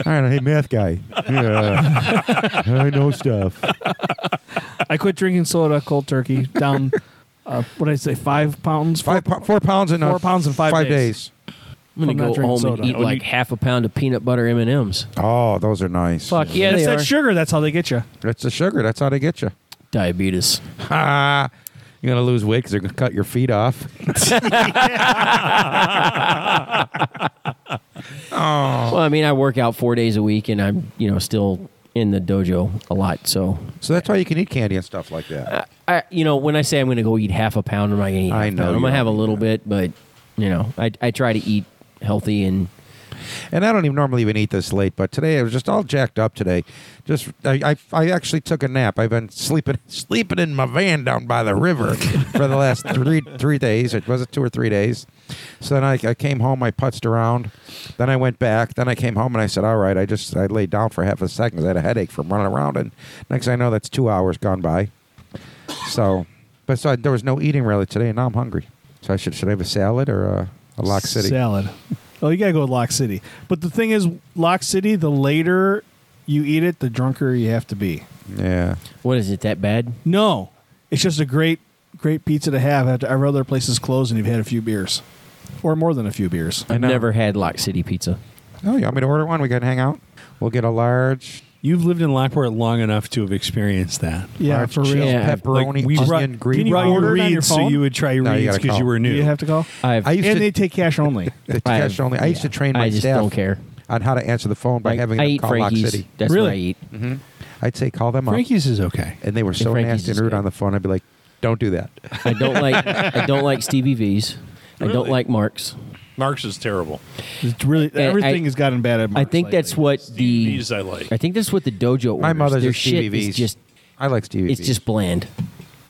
S3: right, hey math guy. Yeah, I know stuff.
S1: I quit drinking soda cold turkey down uh, what did I say, five pounds?
S3: Five, po- four pounds in a-
S1: Four pounds in five days.
S2: I'm going
S1: I'm
S2: to
S1: not
S2: go
S1: drinking
S2: home
S1: soda.
S2: and eat
S5: When
S2: like
S5: you-
S2: half a pound of peanut butter M&Ms.
S3: Oh, those are nice.
S2: Fuck yeah,
S1: That's
S2: they
S1: that
S2: are.
S1: sugar, that's how they get you.
S3: That's the sugar. That's how they get you.
S2: Diabetes.
S3: Ha! You're gonna lose weight because they're gonna cut your feet off.
S2: Well, I mean, I work out four days a week, and I'm you know still in the dojo a lot. So,
S3: So that's why you can eat candy and stuff like that.
S2: I you know when I say I'm going to go eat half a pound, I'm not going to eat.
S3: I
S2: half a
S3: know
S2: pound. I'm
S3: you
S2: going to have a
S3: don't
S2: little
S3: eat
S2: bit, but you know, I I try to eat healthy and
S3: And I don't even normally even eat this late, but today I was just all jacked up today. Just I, I, I actually took a nap. I've been sleeping sleeping in my van down by the river for the last three three days. It was it two or three days. So then I, I came home. I putzed around. Then I went back. Then I came home and I said, all right. I just I laid down for half a second 'cause I had a headache from running around. And next thing I know, that's two hours gone by. So, but so I, there was no eating really today, and now I'm hungry. So I should should I have a salad or a, a Lock City?
S1: Salad.
S6: Oh, you gotta go with Lock City. But the thing is, Lock City, the later you eat it, the drunker you have to be.
S3: yeah.
S2: what is it that bad?
S6: No, it's just a great, great pizza to have after every other place is closed and you've had a few beers, or more than a few beers.
S2: I've
S3: know.
S2: never had Lock City pizza.
S3: Oh, you want me to order one? We can hang out. We'll get a large,
S4: You've lived in Lockport long enough to have experienced that.
S6: Yeah,
S3: large
S6: for real.
S3: cheese,
S2: Yeah,
S3: pepperoni,
S4: we
S3: onion,
S4: brought-
S3: green
S1: you
S4: brought
S3: olive.
S1: order it on your
S4: so
S1: phone?
S4: you would try
S3: No, you
S4: reeds
S3: gotta
S4: because you
S3: call.
S4: were
S6: Do
S4: new.
S6: you have to call?
S2: I've
S3: I used
S6: and
S3: to-
S6: they take cash only.
S3: The
S2: I-
S3: cash only. I used to
S2: yeah.
S3: train my
S2: I just
S3: staff
S2: don't care.
S3: on how to answer the phone by
S2: like,
S3: having
S2: I
S3: them
S2: eat
S3: call Lock
S2: Frankie's.
S3: City.
S2: That's
S1: Really?
S2: what I eat.
S3: I'd say call them up,
S4: Frankie's is okay.
S3: and they were so
S2: Frankie's
S3: nasty and
S2: is
S3: rude
S2: good.
S3: on the phone. I'd be like, "Don't do that."
S2: I don't like I don't like Stevie V's. I don't
S5: Really?
S2: like Marks.
S5: Marks is terrible.
S6: It's really
S2: I-
S6: everything has gotten bad at.
S2: I
S6: Mark's
S2: think that's
S6: lately.
S2: what the
S5: These I like.
S2: I think that's what the dojo orders.
S3: My mother's
S2: Their
S3: a Stevie
S2: shit is
S3: V's.
S2: just
S3: I like Stevie
S2: it's just bland.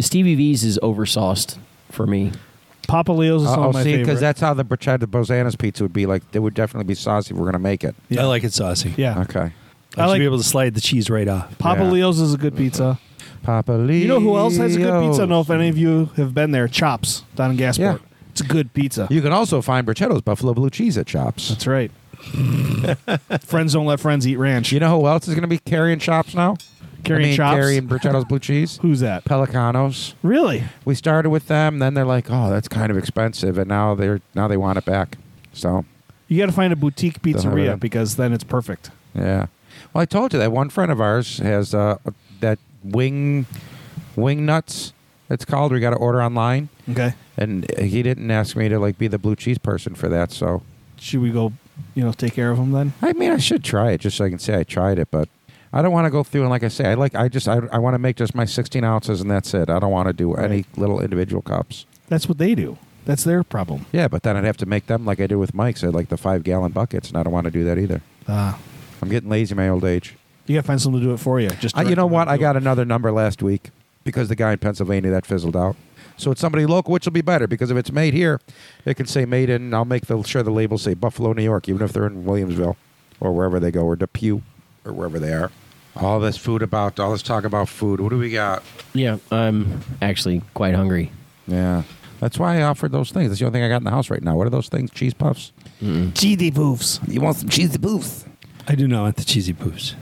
S2: Stevie V's is oversauced for me.
S1: Papa Leo's is some
S3: I'll
S1: of my
S3: see
S1: favorite.
S3: because that's how the bruschetta Bozana's pizza would be like. It would definitely be saucy if we're gonna make it.
S4: I like it saucy.
S1: yeah. I
S3: Okay,
S4: I, should
S1: like-
S4: be able to slide the cheese right off.
S1: Papa
S3: Yeah.
S1: Leo's is a good pizza.
S3: Papa Lee.
S1: You know who else has a good pizza? I don't know if any of you have been there. Chops down in Gasport.
S3: Yeah.
S1: It's a good pizza.
S3: You can also find Brichetto's Buffalo Blue Cheese at Chops.
S1: That's right. friends don't let friends eat ranch.
S3: You know who else is going to be carrying chops now?
S1: Carrying
S3: I mean,
S1: chops?
S3: Carrie and Bruchetto's blue cheese.
S1: Who's that?
S3: Pelicanos.
S1: Really?
S3: We started with them, then they're like, "Oh, that's kind of expensive," and now they're now they want it back. So,
S1: You got to find a boutique
S3: have it in.
S1: pizzeria because then it's perfect.
S3: yeah. Well, I told you that one friend of ours has uh, that wing wing nuts. It's called. We got to order online,
S1: Okay.
S3: and he didn't ask me to like be the blue cheese person for that. So,
S1: Should we go, you know, take care of them then?
S3: I mean, I should try it just so I can say I tried it, but I don't want to go through and like I say, I like I just I, I want to make just my 16 ounces and that's it. I don't want to do any little individual cups.
S1: That's what they do. That's their problem.
S3: Yeah, but then I'd have to make them like I did with Mike's. I had like the five gallon buckets, and I don't want to do that either.
S1: Ah.
S3: I'm getting lazy in my old age.
S1: You got to find someone to do it for you. Just
S3: I, you
S1: direct
S3: know
S1: them
S3: what?
S1: how to
S3: I
S1: do it.
S3: got another number last week because the guy in Pennsylvania that fizzled out. So it's somebody local, which will be better because if it's made here, it can say made in. and I'll make the, sure the labels say Buffalo, New York, even if they're in Williamsville or wherever they go or Depew or wherever they are. All this food about, all this talk about food. What do we got?
S2: Yeah, I'm actually quite hungry.
S3: Yeah. That's why I offered those things. That's the only thing I got in the house right now. What are those things? Cheese puffs?
S1: GD poofs.
S3: You want some cheesy poofs?
S4: I do not want the cheesy poofs.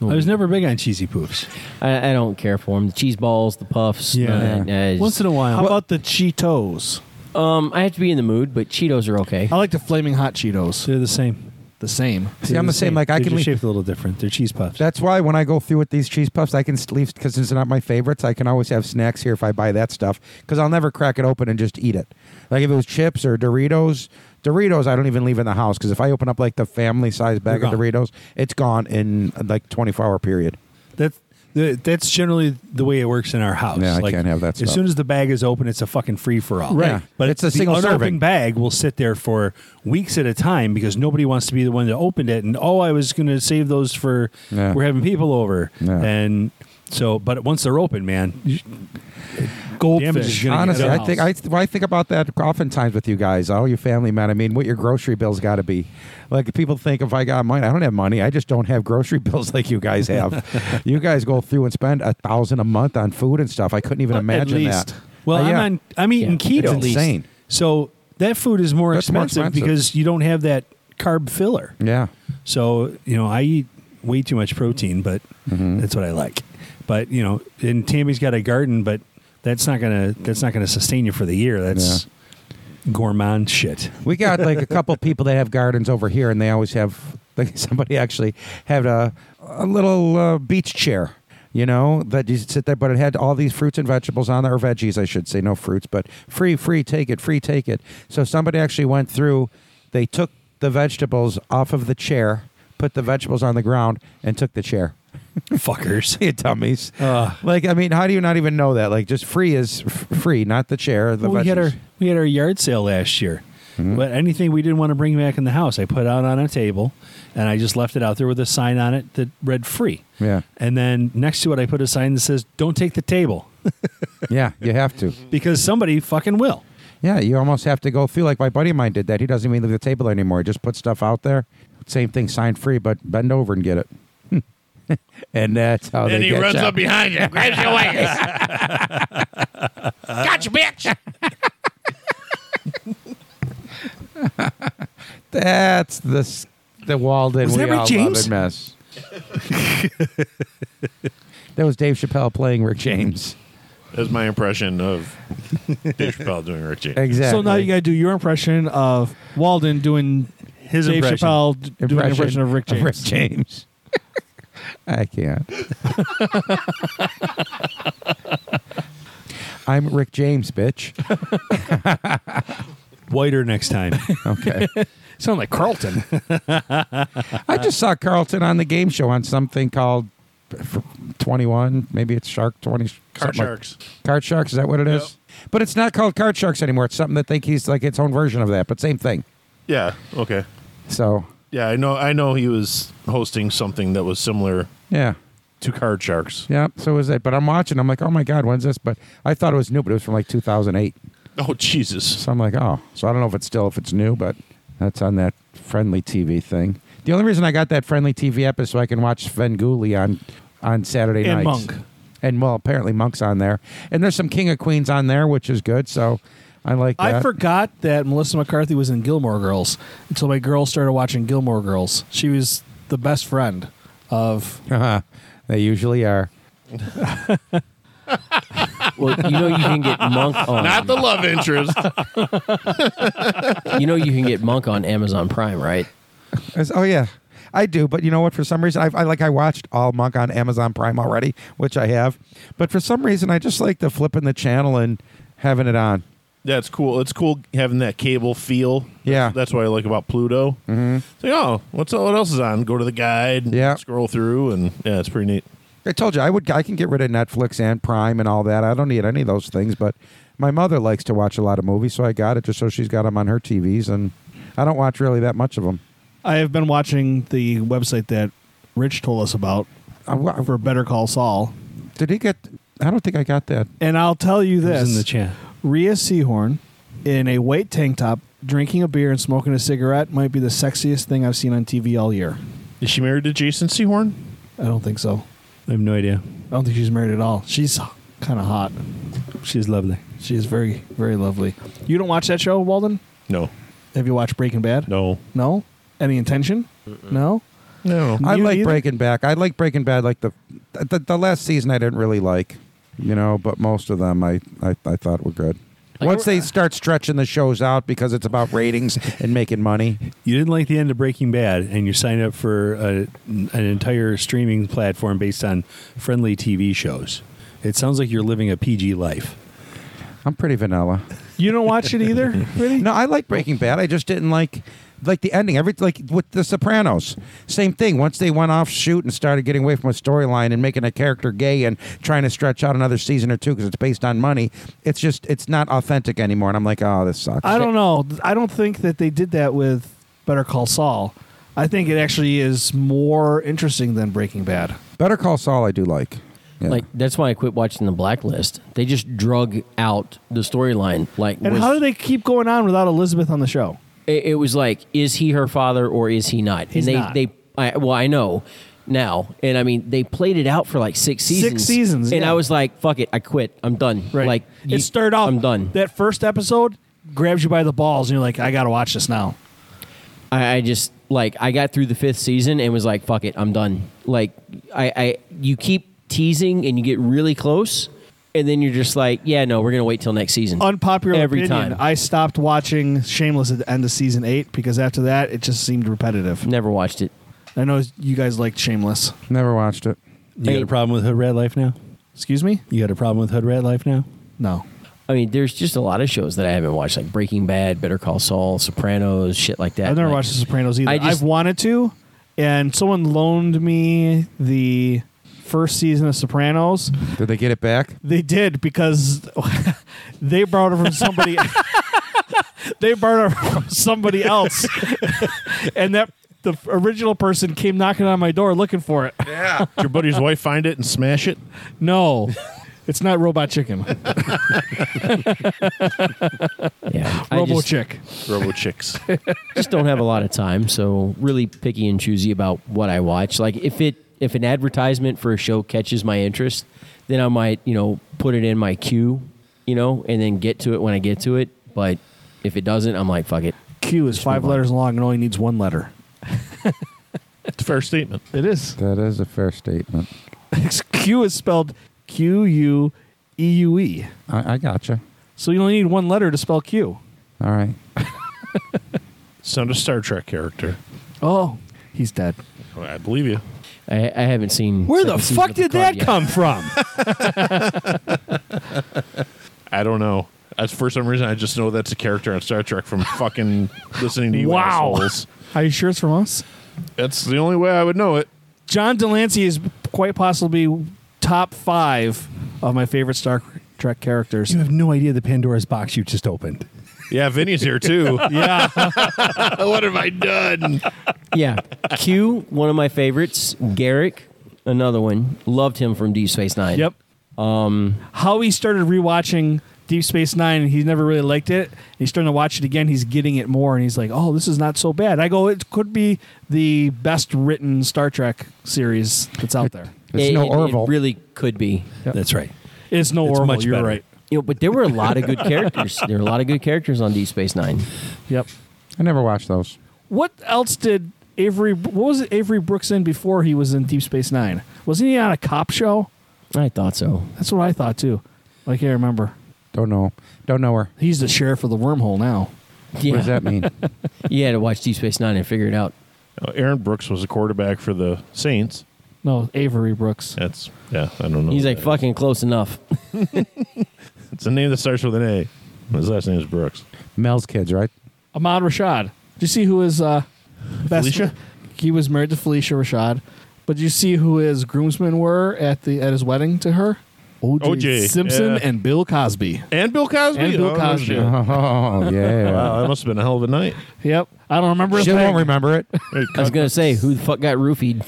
S4: I was never big on cheesy poofs.
S2: I, I don't care for them. The cheese balls, the puffs.
S4: Yeah.
S2: uh,
S3: Yeah.
S2: I just-
S1: Once in a while.
S6: How about the Cheetos?
S2: um, I have to be in the mood, but Cheetos are okay.
S1: I like the flaming hot Cheetos.
S4: They're the same.
S1: The same.
S3: See, I'm the same. Like, I
S4: They're
S3: can
S4: just
S3: leave.
S4: shaped a little different. They're cheese puffs.
S3: That's why when I go through with these cheese puffs, I can s- leave because it's not my favorites. I can always have snacks here if I buy that stuff because I'll never crack it open and just eat it. Like if it was chips or Doritos, Doritos I don't even leave in the house because if I open up like the family size bag
S4: They're
S3: of
S4: gone.
S3: Doritos, it's gone in like 24 hour period.
S4: That that- that's generally the way it works in our house.
S3: Yeah, I can't have that
S4: As
S3: stuff.
S4: soon as the bag is open, it's a fucking free for all.
S3: Right. Yeah.
S4: But
S3: It's
S4: it's
S3: a
S4: a
S3: single
S4: unopened
S3: serving.
S4: bag will sit there for weeks at a time because nobody wants to be the one that opened it. And oh, I was going to save those for
S3: Yeah.
S4: we're having people over.
S3: Yeah.
S4: And so, but once they're open, man, you- damage is
S1: Goldfish.
S4: going to
S3: Honestly,
S4: get
S3: I
S4: out.
S3: think I, well, I think about that oftentimes with you guys. All your family, man. I mean, what your grocery bills got to be? Like people think if I got money, I don't have money. I just don't have grocery bills like you guys have. you guys go through and spend a thousand a month on food and stuff. I couldn't even
S1: At
S3: imagine
S1: least.
S3: that.
S4: Well,
S3: Uh, yeah.
S4: I'm on. I'm eating
S2: Yeah.
S4: keto.
S3: It's insane.
S4: So that food is more
S3: That's more
S4: expensive,
S3: expensive.
S4: because you don't have that carb filler.
S3: yeah.
S4: So you know, I eat way too much protein, but
S3: Mm-hmm.
S4: that's what I like. But you know, and Tammy's got a garden, but that's not gonna that's not gonna sustain you for the year. That's gourmand shit.
S3: We got like a couple people that have gardens over here, and they always have like somebody actually had a a little uh, beach chair, you know, that you sit there, but it had all these fruits and vegetables on there, or veggies, I should say, no fruits, but free, free, take it, free, take it. So somebody actually went through, they took the vegetables off of the chair, put the vegetables on the ground, and took the chair.
S4: Fuckers.
S3: You dummies.
S4: Uh,
S3: Like, I mean, how do you not even know that? Like, just free is f- free, not the chair. The
S4: Well, we had
S3: veggies. Mm-hmm.
S4: our we had our yard sale last year. But anything we didn't want to bring back in the house, I put out on a table, and I just left it out there with a sign on it that read "free."
S3: Yeah.
S4: And then next to it, I put a sign that says "Don't take the table,"
S3: yeah, you have to.
S4: because somebody fucking will.
S3: Yeah, you almost have to go through like my buddy of mine did that. He doesn't even leave the table anymore. He just puts stuff out there. Same thing, sign free, but bend over and get it. and that's how
S5: Then
S3: they
S5: he
S3: get
S5: runs
S3: ya.
S5: up behind you, grabs you away.
S7: Gotcha, bitch.
S3: That's the s- the Walden
S4: Was
S3: we
S4: that Rick
S3: all love
S4: James?
S3: and mess. that was Dave Chappelle playing Rick James.
S5: That's my impression of Dave Chappelle doing Rick James.
S3: Exactly.
S1: So now you got to do your impression of Walden doing his Dave
S4: impression.
S1: Chappelle d- doing an impression of Rick James.
S3: James. I can't. I'm Rick James, bitch.
S4: Whiter next time.
S3: Okay.
S1: Sound like Carlton.
S3: I just saw Carlton on the game show on something called Twenty One. Maybe it's Shark Twenty.
S5: Car
S3: something like-
S5: sharks.
S3: Card Sharks. Is that what it is? But it's not called Card Sharks anymore. It's something that they he's like its own version of that. But same thing.
S5: Yeah. Okay.
S3: So
S5: Yeah, I know. I know he was hosting something that was similar
S3: yeah,
S5: to Card Sharks.
S3: yeah. So is that? But I'm watching. I'm like, oh my god, when's this? But I thought it was new, but it was from like 2008.
S5: Oh Jesus!
S3: So I'm like, oh. So I don't know if it's still if it's new, but that's on that friendly TV thing. The only reason I got that friendly TV app is so I can watch Sven Gulli on on Saturday
S1: And
S3: nights.
S1: Monk.
S3: And well, apparently Monk's on there, and there's some King of Queens on there, which is good. So I like. That.
S1: I forgot that Melissa McCarthy was in Gilmore Girls until my girl started watching Gilmore Girls. She was the best friend of
S3: Uh-huh. They usually are.
S2: Well, you know you can get Monk on.
S5: Not the love interest.
S2: you know you can get Monk on Amazon Prime, right?
S3: It's- oh yeah, I do. But you know what? For some reason, I've, I like I watched All Monk on Amazon Prime already, which I have. But for some reason, I just like the flipping the channel and having it on.
S5: That's cool. It's cool having that cable feel.
S3: Yeah.
S5: That's, that's what I like about Pluto. Mm-hmm. It's like, oh, what's what else is on? Go to the guide. and
S3: Yeah.
S5: Scroll through, and yeah, it's pretty neat.
S3: I told you I would. I can get rid of Netflix and Prime and all that. I don't need any of those things. But my mother likes to watch a lot of movies, so I got it just so she's got them on her TVs, and I don't watch really that much of them.
S1: I have been watching the website that Rich told us about
S3: I, I-
S1: for Better Call Saul,
S3: did he get? I don't think I got that.
S1: and I'll tell you
S4: It
S1: this:
S4: was in the chat.
S1: Rhea Seahorn in a white tank top, drinking a beer and smoking a cigarette might be the sexiest thing I've seen on TV all year.
S5: Is she married to Jason Seahorn?
S1: I don't think so.
S4: I have no idea.
S1: I don't think she's married at all. She's kind of hot.
S4: She's lovely.
S1: She is very, very lovely. You don't watch that show, Walden?
S5: No.
S1: Have you watched Breaking Bad?
S5: No.
S1: No? Any intention? No?
S5: No.
S3: I
S1: You
S3: like
S1: either?
S3: Breaking Back. I like Breaking Bad. Like the, the the last season, I didn't really like, you know. But most of them, I I, I thought were good. Once they start stretching the shows out because it's about ratings and making money,
S4: You didn't like the end of Breaking Bad, and you signed up for a, an entire streaming platform based on friendly TV shows. It sounds like you're living a PG life.
S3: I'm pretty vanilla.
S1: You don't watch it either? Really?
S3: No, I like Breaking Bad. I just didn't like like the ending. Every like with The Sopranos, same thing. Once they went off shoot and started getting away from a storyline and making a character gay and trying to stretch out another season or two because it's based on money, it's just it's not authentic anymore. And I'm like, oh, this sucks.
S1: I don't know. I don't think that they did that with Better Call Saul. I think it actually is more interesting than Breaking Bad.
S3: Better Call Saul, I do like. Yeah.
S2: Like that's why I quit watching the Blacklist. They just drug out the storyline. Like,
S1: And
S2: was-
S1: how do they keep going on without Elizabeth on the show?
S2: it, it was like, is he her father or is he not?
S1: He's
S2: and they,
S1: not.
S2: they, I, well, I know now, and I mean, they played it out for like six
S1: Six
S2: seasons.
S1: seasons,
S2: and
S1: yeah.
S2: I was like, fuck it, I quit. I'm done. Like, you-
S1: it started off.
S2: I'm done.
S1: That first episode grabs you by the balls, and you're like, I got to watch this now.
S2: I, I just like I got through the fifth season and was like, fuck it, I'm done. Like I, I you keep teasing and you get really close, and then you're just like, yeah, no, we're gonna wait till next season.
S1: Unpopular
S2: every
S1: opinion,
S2: time.
S1: I stopped watching Shameless at the end of season eight because after that, it just seemed repetitive.
S2: Never watched it.
S1: I know you guys liked Shameless.
S3: Never watched it.
S4: You got a problem with hood rat life now?
S1: Excuse me?
S4: You got a problem with hood rat life now?
S1: No.
S2: I mean, there's just a lot of shows that I haven't watched, like Breaking Bad, Better Call Saul, Sopranos, shit like that.
S1: I've never
S2: Like,
S1: watched The Sopranos either.
S2: I just-
S1: I've wanted to, and someone loaned me the first season of Sopranos.
S3: Did they get it back?
S1: They did because they borrowed it from somebody. they borrowed it from somebody else, and that the original person came knocking on my door looking for it.
S3: Yeah.
S5: Did your buddy's wife find it and smash it?
S1: No, it's not Robot Chicken.
S2: Yeah, I
S1: Robo
S2: just,
S1: Chick.
S5: Robo chicks.
S2: just don't have a lot of time, so really picky and choosy about what I watch. Like if it if an advertisement for a show catches my interest, then I might, you know, put it in my queue, you know, and then get to it when I get to it. But if it doesn't, I'm like, fuck it.
S1: Q is five
S2: move on.
S1: letters long and only needs one letter.
S5: It's a fair statement.
S1: It is.
S3: That is a fair statement.
S1: Q is spelled Q U E U E.
S3: I, I gotcha.
S1: So you only need one letter to spell Q.
S3: All right.
S5: Sound a Star Trek character.
S1: Oh, he's dead.
S5: Well, I believe you.
S2: I, I haven't seen
S1: Where
S2: second
S1: the
S2: season
S1: fuck
S2: of
S1: did
S2: Picard
S1: that
S2: yet.
S1: come from?
S5: I don't know. That's for some reason I just know that's a character on Star Trek from fucking listening to you
S1: Wow.
S5: assholes.
S1: Are you sure it's from us?
S5: That's the only way I would know it.
S1: John Delancey is quite possibly top five of my favorite Star Trek characters.
S4: You have no idea the Pandora's box you just opened.
S5: Yeah, Vinny's here too.
S1: Yeah.
S5: what have I done?
S2: Yeah, Q, one of my favorites. Garrick, another one. Loved him from Deep Space Nine.
S1: yep. Um, How he started rewatching Deep Space Nine and he never really liked it. He's starting to watch it again. He's getting it more and he's like, oh, this is not so bad. I go, it could be the best written Star Trek series that's out there.
S3: It's
S2: It-
S3: no
S2: it-
S3: Orville.
S2: It really could be.
S4: That's right.
S1: It's no
S4: It's
S1: Orville.
S4: much
S1: you're
S4: better.
S1: right.
S2: You know, but there were a lot of good characters. There were a lot of good characters on Deep Space Nine.
S1: Yep.
S3: I never watched those.
S1: What else did Avery. What was it Avery Brooks in before he was in Deep Space Nine? Wasn't he on a cop show?
S2: I thought so.
S1: That's what I thought too. I can't remember.
S3: Don't know. Don't know her.
S1: He's the sheriff of the wormhole now.
S2: Yeah,
S3: What does that mean?
S2: you had to watch Deep Space Nine and figure it out.
S5: Uh, Aaron Brooks was a quarterback for the Saints.
S1: No, Avery Brooks.
S5: That's Oh, yeah. I don't know.
S2: He's
S5: what
S2: like
S5: that
S2: fucking close enough.
S5: is. It's a name that starts with an A. His last name is Brooks.
S3: Mel's kids, right?
S1: Ahmad Rashad. Did you see who is uh, best?
S5: Felicia?
S1: He was married to Felicia Rashad, but did you see who his groomsmen were at the at his wedding to her? O.J.
S5: O.J.,
S1: Simpson
S5: yeah.
S1: and Bill Cosby.
S5: And Bill Cosby.
S1: And Bill
S5: Oh, no
S1: Cosby. uh-huh.
S5: shit.
S3: Oh yeah.
S5: Wow, that must have been a hell of a night.
S1: Yep, I don't remember. a
S3: she
S1: thing.
S3: won't remember it.
S5: Hey,
S2: I was
S5: cut,
S2: gonna say, who the fuck got roofied?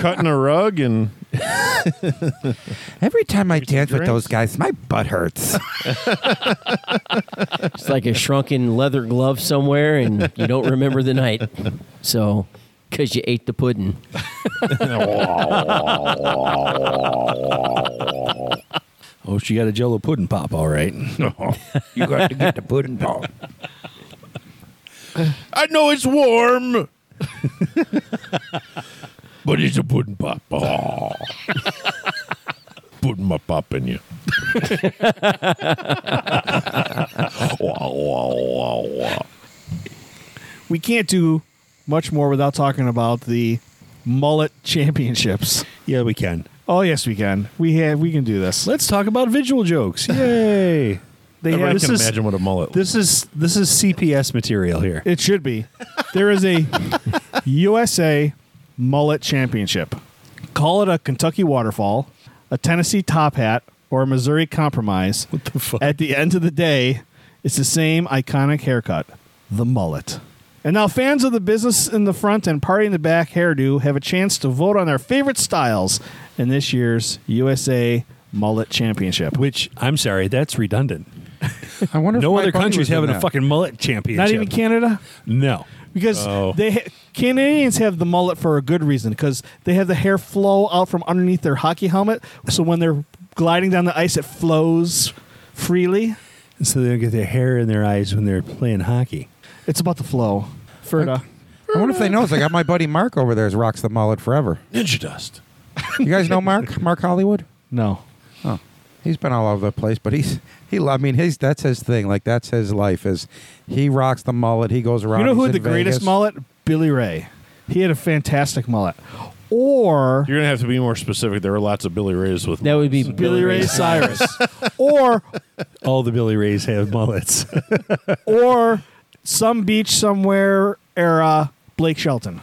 S5: cutting a rug and
S3: Every time I dance with
S5: drinks?
S3: those guys, my butt hurts.
S2: It's like a shrunken leather glove somewhere, and you don't remember the night. So, because you ate the pudding.
S4: Oh, she got a Jello pudding pop, all right.
S3: you got to get the pudding pop.
S5: I know it's warm. but it's a pudding pop. Oh. Putting my pop in you. Wow, wow, wow, wow.
S1: we can't do much more without talking about the mullet championships.
S4: yeah, we can.
S1: Oh yes, we can. We have. We can do this.
S4: Let's talk about visual jokes. Yay!
S1: They
S5: I
S1: have,
S5: can imagine what a mullet.
S4: This is this is CPS material here.
S1: It should be. There is a USA mullet championship. Call it a Kentucky waterfall, a Tennessee top hat, or a Missouri compromise. What the
S4: fuck?
S1: At the end of the day, it's the same iconic haircut, the mullet. And now fans of the business in the front and party in the back hairdo have a chance to vote on their favorite styles in this year's USA mullet championship.
S4: Which I'm sorry, that's redundant.
S3: I wonder.
S4: No
S3: if
S4: other country's having a
S3: fucking.
S4: fucking mullet championship.
S1: Not even Canada?
S4: No.
S1: because
S5: Oh.
S1: they ha- Canadians have the mullet for a good reason because they have the hair flow out from underneath their hockey helmet, so when they're gliding down the ice, it flows freely.
S4: So they don't get their hair in their eyes when they're playing hockey.
S1: It's about the flow. Ferda,
S3: I wonder if they know. It's like I got my buddy Mark over there. Is rocks the mullet forever.
S5: Ninja dust.
S3: You guys know Mark? Mark Hollywood?
S1: no,
S3: Oh, he's been all over the place, but he's he. I mean, his that's his thing. Like that's his life. Is he rocks the mullet? He goes around.
S1: you know who
S3: he's
S1: had the
S3: in
S1: greatest
S3: Vegas.
S1: mullet? Billy Ray. He had a fantastic mullet. Or
S5: You're gonna have to be more specific. There are lots of Billy Rays with
S2: That would be
S1: Billy Ray Cyrus. or
S4: All the Billy Rays have mullets.
S1: or some beach somewhere era Blake Shelton.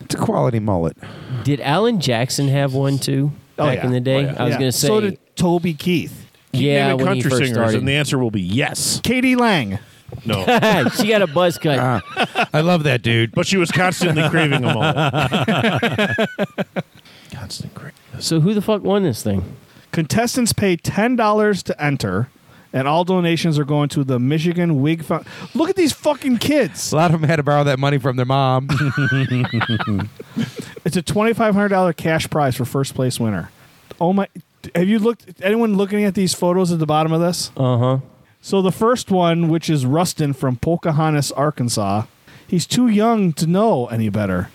S3: It's a quality mullet.
S2: Did Alan Jackson have one too
S1: Oh,
S2: back
S1: yeah.
S2: in the day?
S5: Oh, yeah.
S2: I was
S1: Yeah.
S2: gonna say,
S1: So did Toby Keith.
S2: yeah,
S5: Name a
S2: when he
S5: country
S2: first
S5: singers,
S2: started.
S5: and the answer will be yes.
S1: Katie Lang.
S5: No,
S2: she got a buzz cut.
S3: I love that dude.
S5: but she was constantly craving a mullet. Constant craving.
S2: so who the fuck won this thing?
S1: Contestants pay ten dollars to enter, and all donations are going to the Michigan Wig Fund. Look at these fucking kids!
S3: A lot of them had to borrow that money from their mom.
S1: It's a twenty five hundred dollar cash prize for first place winner. Oh my! Have you looked? Anyone looking at these photos at the bottom of this?
S2: Uh huh.
S1: So the first one, which is Rustin from Pocahontas, Arkansas, he's too young to know any better.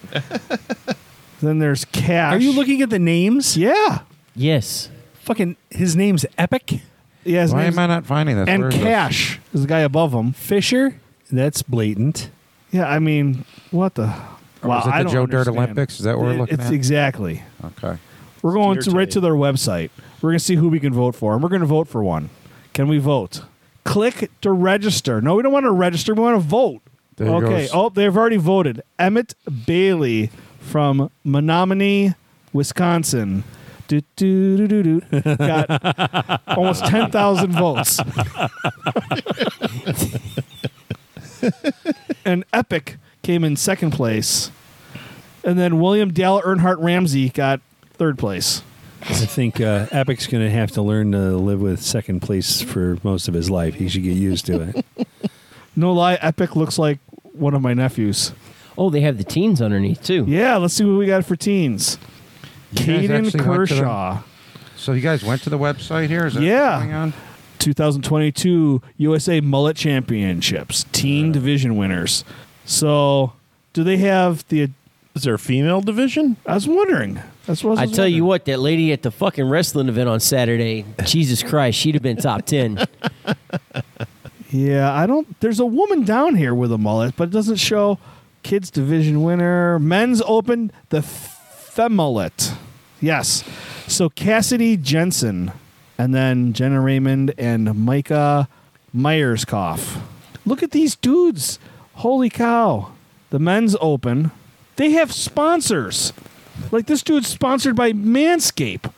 S1: then there's Cash.
S4: Are you looking at the names?
S1: Yeah.
S2: Yes.
S4: Fucking his name's Epic.
S1: Yeah. His
S3: Why
S1: name's-
S3: am I not finding this? Where
S1: and
S3: is this?
S1: Cash is the guy above him.
S4: Fisher. That's blatant.
S1: Yeah, I mean, what the?
S3: Or was it the Joe Dirt Olympics? Is that what we're
S1: It-
S3: looking
S1: it's
S3: at?
S1: Exactly.
S3: okay.
S1: We're going
S5: Your
S1: to right
S5: take.
S1: to their website. We're going to see who we can vote for, and we're going to vote for one. Can we vote? Click to register. No, we don't want to register. We want to vote.
S3: There
S1: okay.
S3: goes-
S1: Oh, they've already voted. Emmett Bailey from Menominee, Wisconsin. Do, do, do, do, do. Got almost 10,000 votes. and Epic came in second place. And then William Dale Earnhardt Ramsey got third place.
S4: I think uh, Epic's going to have to learn to live with second place for most of his life. He should get used to it.
S1: No lie, Epic looks like one of my nephews.
S2: Oh, they have the teens underneath too.
S1: Yeah, let's see what we got for teens.
S3: You guys
S1: Caden
S3: actually went to the-
S1: Kershaw,
S3: So you guys went to the website here? Is that what's
S1: Yeah.
S3: going on?
S1: 2022 USA Mullet Championships, Teen Division winners. So Do they have the?
S5: Is there a female division?
S1: I was wondering. That's what I,
S2: I
S1: was
S2: tell you what, that lady at the fucking wrestling event on Saturday, Jesus Christ, she'd have been top ten.
S1: wondering. Yeah, I don't. There's a woman down here with a mullet, but it doesn't show. Kids division winner, men's open the femullet. Yes, so Cassidy Jensen, and then Jenna Raymond and Micah Myerskoff. Look at these dudes! Holy cow! The men's open. They have sponsors. Like this dude's sponsored by Manscaped.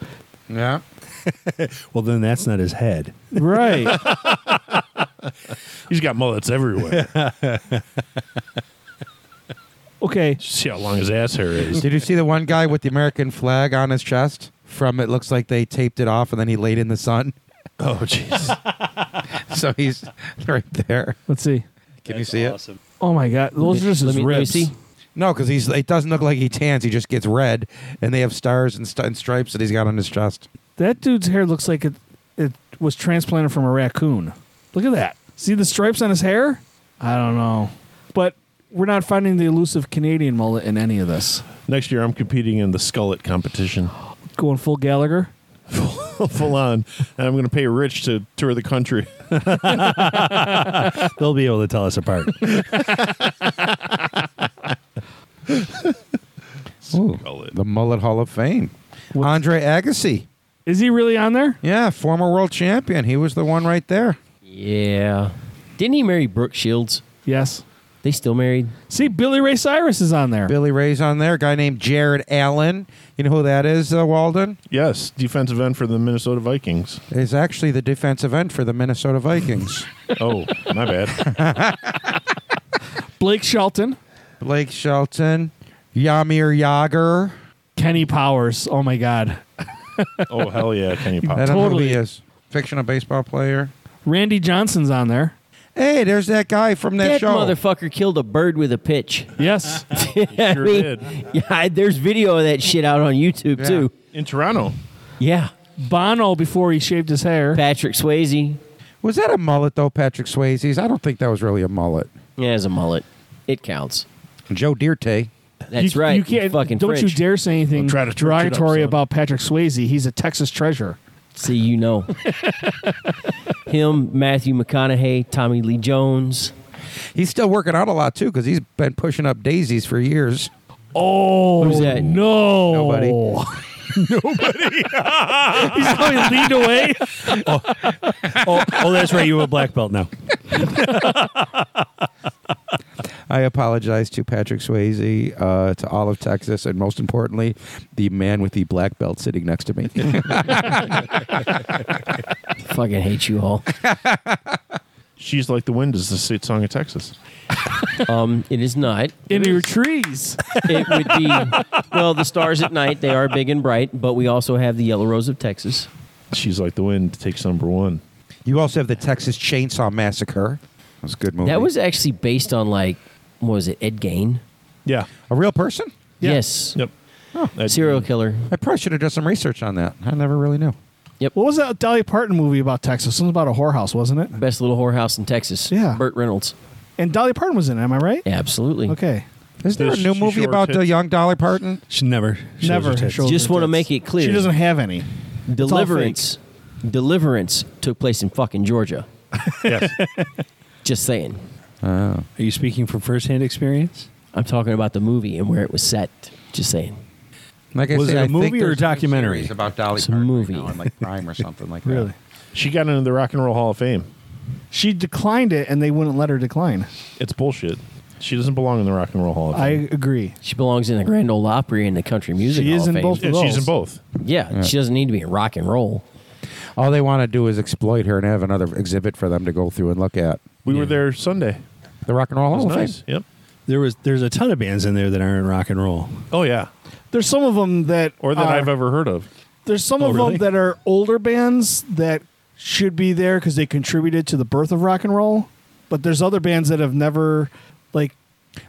S3: Yeah.
S4: Well, then that's not his head.
S1: Right.
S5: He's got mullets everywhere.
S1: Okay.
S5: See how long his ass hair is.
S3: Did you see the one guy with the American flag on his chest? From it looks like they taped it off and then he laid in the sun.
S5: Oh, jeez.
S3: So he's right there.
S1: Let's see.
S3: Can you see it?
S1: Oh my God, those are just
S2: let
S1: his
S2: me, let me
S1: ribs.
S2: see.
S3: No, because he's it doesn't look like he tans. He just gets red, and they have stars and, st- and stripes that he's got on his chest.
S1: That dude's hair looks like it, it was transplanted from a raccoon. Look at that. See the stripes on his hair? I don't know. But we're not finding the elusive Canadian mullet in any of this.
S5: Next year, I'm competing in the skullet competition.
S1: Going full Gallagher?
S5: Full on. And I'm going to pay Rich to tour the country.
S4: They'll be able to tell us apart.
S3: Ooh,
S5: Skullet.
S3: the Mullet Hall of Fame. Andre Agassi.
S1: Is he really on there?
S3: Yeah, former world champion. He was the one right there.
S2: Yeah, didn't he marry Brooke Shields?
S1: Yes.
S2: They still married.
S1: See, Billy Ray Cyrus is on there.
S3: Billy Ray's on there. A guy named Jared Allen. You know who that is, uh, Walden?
S5: Yes, defensive end for the Minnesota Vikings.
S3: Is actually the defensive end for the Minnesota Vikings.
S5: Oh, my bad.
S1: Blake Shelton.
S3: Blake Shelton, Yamir Yager.
S1: Kenny Powers. Oh my God.
S5: Oh, hell yeah. Can you
S3: I
S5: pop?
S3: don't know who he
S1: Totally.
S3: is. Fictional baseball player.
S1: Randy Johnson's on there.
S3: Hey, there's that guy from that,
S2: That
S3: show.
S2: motherfucker killed a bird with a pitch.
S1: Yes.
S2: I
S5: sure
S2: mean,
S5: did.
S2: Yeah, I- there's video of that shit out on YouTube
S3: Yeah.
S2: too.
S5: In Toronto.
S2: Yeah,
S1: Bono before he shaved his hair.
S2: Patrick Swayze.
S3: Was that a mullet though, Patrick Swayze's? I don't think that was really a mullet.
S2: Yeah, as a mullet, it counts.
S3: Joe Dirte.
S2: That's
S1: you,
S2: right.
S1: You can't.
S2: fucking
S1: don't
S2: French.
S1: you dare say anything
S5: Don't try to torch it up,
S1: derogatory
S5: son.
S1: about Patrick Swayze. He's a Texas treasure.
S2: See, you know him, Matthew McConaughey, Tommy Lee Jones.
S3: He's still working out a lot too because he's been pushing up daisies for years.
S1: Oh
S2: Who's that?
S1: no!
S3: Nobody.
S1: Nobody. He's how he leaned away.
S4: oh, oh, that's right. You have a black belt now.
S3: I apologize to Patrick Swayze, uh, to all of Texas, and most importantly, the man with the black belt sitting next to me.
S2: Fucking hate you all.
S5: She's Like the Wind is the state song of Texas.
S2: Um, it is not.
S1: In your trees.
S2: It would be well, the stars at night. They are big and bright, but we also have the yellow rose of Texas.
S5: She's Like the Wind takes number one.
S3: you also have the Texas Chainsaw Massacre. That was a good movie.
S2: That was actually based on like what was it? Ed Gain.
S5: Yeah.
S3: a real person.
S2: Yes.
S5: Yep.
S2: Serial killer.
S3: I probably should have done some research on that. I never really knew.
S1: What was that Dolly Parton movie about Texas? Something about a whorehouse, wasn't it?
S2: Best little whorehouse in Texas.
S1: Yeah.
S2: Burt Reynolds.
S1: And Dolly Parton was in it. Am I right?
S2: Absolutely.
S1: Okay.
S3: Is there a
S5: Does
S3: new
S5: she
S3: movie
S5: show her
S3: about
S5: tits?
S3: the young Dolly Parton?
S4: She never. shows
S1: Never.
S4: her tits.
S1: shows
S2: Just
S1: her
S2: wanna
S1: tits.
S2: make it clear.
S1: She doesn't have any. all
S2: Deliverance. Deliverance took place in fucking Georgia.
S5: Yes.
S2: Just saying.
S4: Are you speaking from firsthand experience?
S2: I'm talking about the movie and where it was set. Just saying.
S3: Like I
S4: Was
S3: said,
S4: it a
S3: I think
S4: movie or a
S3: there's new
S4: documentary?
S3: series about Dolly
S2: It's a
S3: Parton right
S2: movie.
S3: now on, like Prime or something like
S1: Really?
S3: that.
S5: she got into the Rock and Roll Hall of Fame.
S1: She declined it, and they wouldn't let her decline.
S5: It's bullshit. She doesn't belong in the Rock and Roll Hall of
S1: I
S5: Fame.
S1: agree.
S2: She belongs in the Grand Ole Opry and the Country Music
S1: She
S2: Hall
S1: is
S2: of
S1: in
S2: Fame.
S1: both.
S5: and she's in
S1: Roles.
S5: both.
S2: Yeah, she doesn't need to be in rock and roll.
S3: All they want to do is exploit her and have another exhibit for them to go through and look at.
S5: We were there Sunday.
S3: The Rock and Roll
S5: It was
S3: Hall of
S5: nice.
S3: Fame.
S5: Yep.
S4: There was. There's a ton of bands in there that aren't rock and roll.
S5: Oh yeah.
S1: There's some of them that
S5: Or
S3: Uh,
S5: that
S1: are-
S5: I've ever heard of.
S1: There's some
S4: Oh,
S1: of
S4: really?
S1: them that are older bands that should be there because they contributed to the birth of rock and roll. But there's other bands that have never, like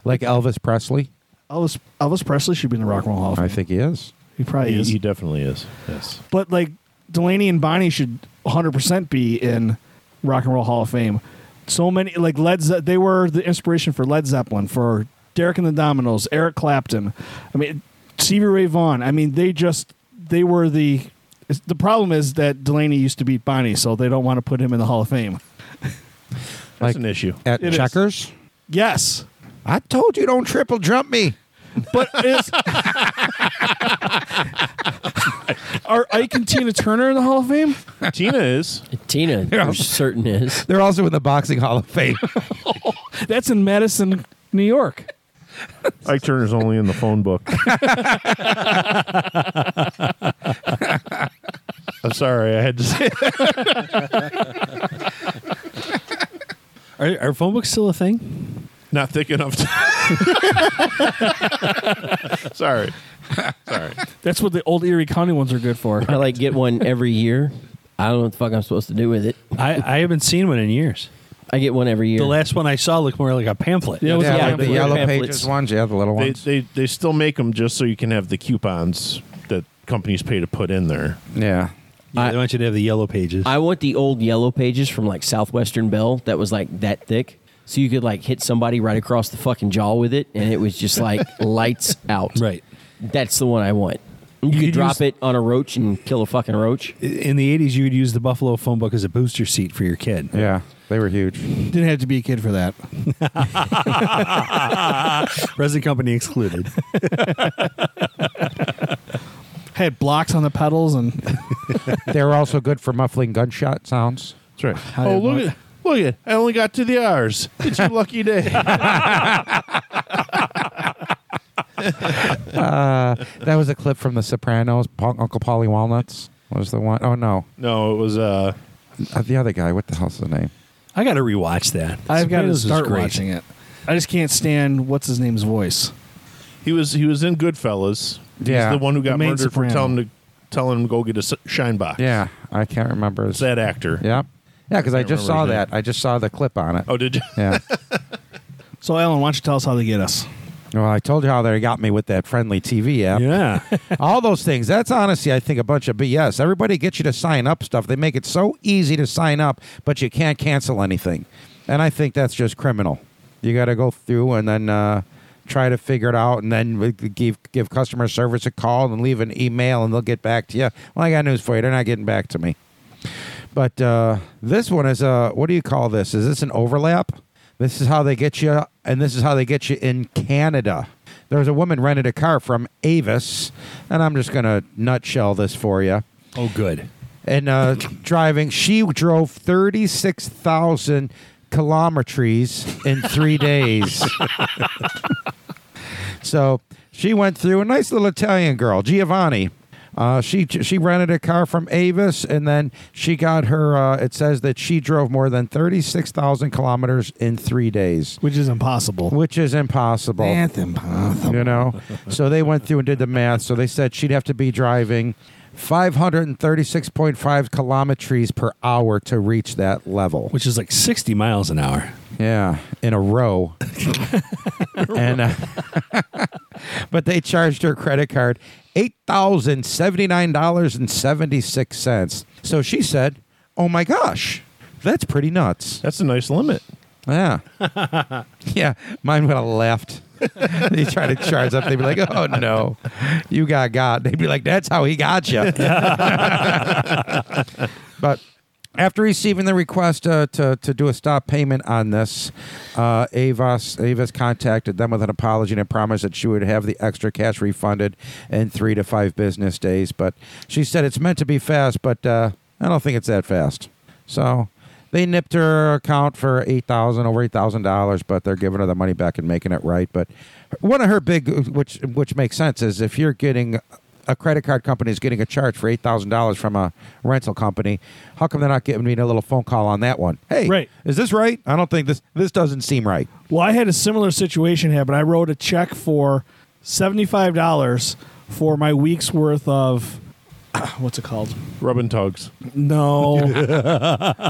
S3: Like Elvis Presley.
S1: Elvis, Elvis Presley should be in the Rock and Roll Hall. of
S3: I
S1: Fame.
S3: think he is.
S1: He probably
S5: He,
S1: is.
S5: he definitely is. Yes.
S1: but like Delaney and Bonnie should 100% be in Rock and Roll Hall of Fame. So many like Led Ze- they were the inspiration for Led Zeppelin for Derek and the Dominoes, Eric Clapton. I mean, Stevie Ray Vaughan. I mean, they just they were the. it's- The problem is that Delaney used to beat Bonnie, so they don't want to put him in the Hall of Fame.
S5: That's
S3: Like-
S5: an issue.
S3: At
S1: It is.
S3: Checkers?
S1: Yes,
S3: I told you don't triple jump me.
S1: but is are Ike and Tina Turner in the Hall of Fame?
S5: Tina is.
S2: Tina, for certain is.
S3: They're also in the Boxing Hall of Fame.
S1: That's in Madison, New York.
S5: Ike Turner's only in the phone book. I'm sorry, I had to say.
S4: Are, are phone books still a thing?
S5: Not thick enough. sorry, sorry.
S1: That's what the old Erie County ones are good for.
S2: I like get one every year. I don't know what the fuck I'm supposed to do with it.
S4: I, I haven't seen one in years.
S2: I get one every year.
S4: The last one I saw looked more like a pamphlet.
S1: Yeah, it was
S3: yeah,
S1: a
S3: like the
S1: pamphlet.
S3: yellow
S2: Pamphlets.
S3: pages ones. Yeah, the little
S5: They,
S3: ones.
S5: they they still make them just so you can have the coupons that companies pay to put in there.
S3: yeah.
S4: Yeah, they want you to have the yellow pages.
S2: I want the old yellow pages from like Southwestern Bell that was like that thick. So you could like hit somebody right across the fucking jaw with it and it was just like lights out.
S4: right.
S2: That's the one I want. You,
S4: could
S2: could drop
S4: use-
S2: it on a roach and kill a fucking roach.
S4: In the 80s, you would use the Buffalo phone book as a booster seat for your kid.
S3: Yeah. They were huge.
S1: Didn't have to be a kid for that.
S4: Resident company excluded.
S1: Had blocks on the pedals and
S3: they were also good for muffling gunshot sounds.
S5: That's right. oh look at look at! I only got to the R's. It's your lucky day.
S3: That was a clip from The Sopranos. Paul, Uncle Polly Walnuts was the one. Oh no,
S5: no, it was uh.
S3: uh, the other guy. What the hell's the name?
S4: I got to rewatch that.
S1: I've got to
S4: Sopranos was
S1: start
S4: great.
S1: watching it. I just can't stand what's his name's voice.
S5: He was he was in Goodfellas.
S3: Yeah.
S5: He's the one who got
S1: main
S5: murdered for
S1: soprano.
S5: telling him to telling him to go get a s- shine box.
S3: Yeah, I can't remember.
S5: it's
S3: His,
S5: that actor.
S3: yeah, yeah, because I,
S5: Can't
S3: just
S5: remember
S3: saw
S5: his name.
S3: that. I just saw the clip on it.
S5: Oh, did you?
S3: Yeah.
S1: So, Alan, why don't you tell us how they get us?
S3: well, I told you how they got me with that friendly TV app.
S4: Yeah.
S3: All those things. That's honestly, I think, a bunch of BS. Everybody gets you to sign up stuff. They make it so easy to sign up, but you can't cancel anything. And I think that's just criminal. You got to go through and then uh, try to figure it out, and then we could give give customer service a call and leave an email, and they'll get back to you. Well, I got news for you. They're not getting back to me. But uh, this one is uh what do you call this? Is this an overlap? This is how they get you, and this is how they get you in Canada. There's a woman rented a car from Avis, and I'm just gonna nutshell this for you.
S4: oh, good.
S3: And uh, driving, she drove 36,000 kilometries in three days. So she went through a nice little Italian girl, Giovanni. Uh, she she rented a car from Avis, and then she got her. Uh, it says that she drove more than thirty six thousand kilometers in three days,
S1: Which is impossible.
S3: which is impossible. You know, so they went through and did the math. So they said she'd have to be driving five hundred and thirty six point five kilometries per hour to reach that level.
S4: Which is like 60 miles an hour.
S3: Yeah, in a row. and uh, but they charged her credit card eight thousand seventy nine dollars and seventy six cents. So she said, "Oh my gosh, that's pretty nuts."
S5: That's a nice limit.
S3: Yeah, yeah. Mine would have left. they try to charge up. They'd be like, "Oh no, you got got." They'd be like, "That's how he got you." But after receiving the request uh, to, to do a stop payment on this, uh, Avos, Avis contacted them with an apology and a promise that she would have the extra cash refunded in three to five business days. But she said it's meant to be fast, but uh, I don't think it's that fast. So they nipped her account for eight thousand over eight thousand dollars, but they're giving her the money back and making it right. But one of her big, which which makes sense, is if you're getting a credit card company is getting a charge for eight thousand dollars from a rental company. How come they're not giving me a little phone call on that one? Hey,
S1: Right.
S3: Is this right? I don't think this this doesn't seem right.
S1: Well, I had a similar situation happen. I wrote a check for $75 for my week's worth of what's it called?
S5: Rub and tugs.
S1: No.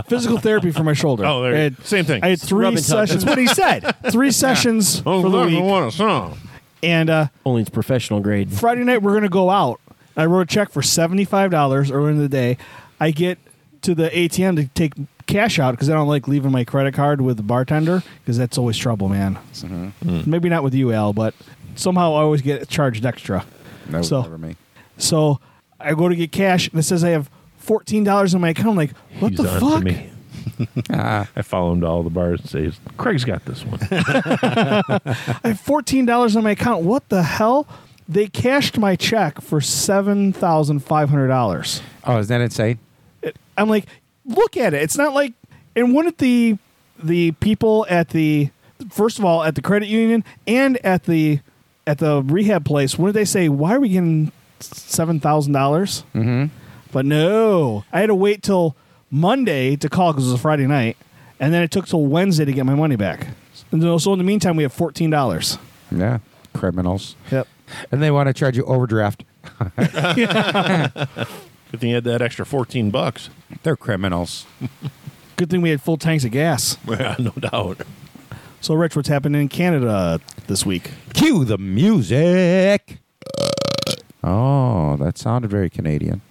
S1: Physical therapy for my shoulder.
S5: Oh, there.
S1: I
S5: you
S1: had,
S5: go. Same thing.
S1: I had three sessions.
S4: That's what he said.
S1: Three sessions
S5: oh,
S1: for the
S5: look, I
S1: week.
S5: want a song.
S1: And uh,
S2: Only it's professional grade.
S1: Friday night we're gonna go out. I wrote a check for seventy five dollars earlier in the day. I get to the ATM to take cash out because I don't like leaving my credit card with the bartender because that's always trouble, man. Maybe not with you, Al, but somehow I always get charged extra.
S3: That was
S1: So-
S3: never me.
S1: So I go to get cash and it says I have fourteen dollars in my account. I'm like, what
S5: He's
S1: the
S5: on to
S1: fuck?
S5: me. I follow him to all the bars and say, Craig's got this one.
S1: I have fourteen dollars on my account. What the hell? They cashed my check for seven thousand five hundred dollars.
S3: Oh, isn't that insane?
S1: I'm like, look at it. It's not like, and wouldn't the the people at the first of all at the credit union and at the at the rehab place, wouldn't they say, why are we getting seven thousand dollars? Mm-hmm. But no, I had to wait till Monday to call because it was a Friday night, and then it took till Wednesday to get my money back. And so in the meantime, we have fourteen dollars.
S3: Yeah, criminals,
S1: Yep.
S3: and they want to charge you overdraft.
S5: Good thing you had that extra 14 bucks.
S3: They're criminals.
S1: Good thing we had full tanks of gas.
S5: Yeah, no doubt.
S1: So, Rich, what's happening in Canada this week?
S3: Cue the music. Oh, that sounded very Canadian.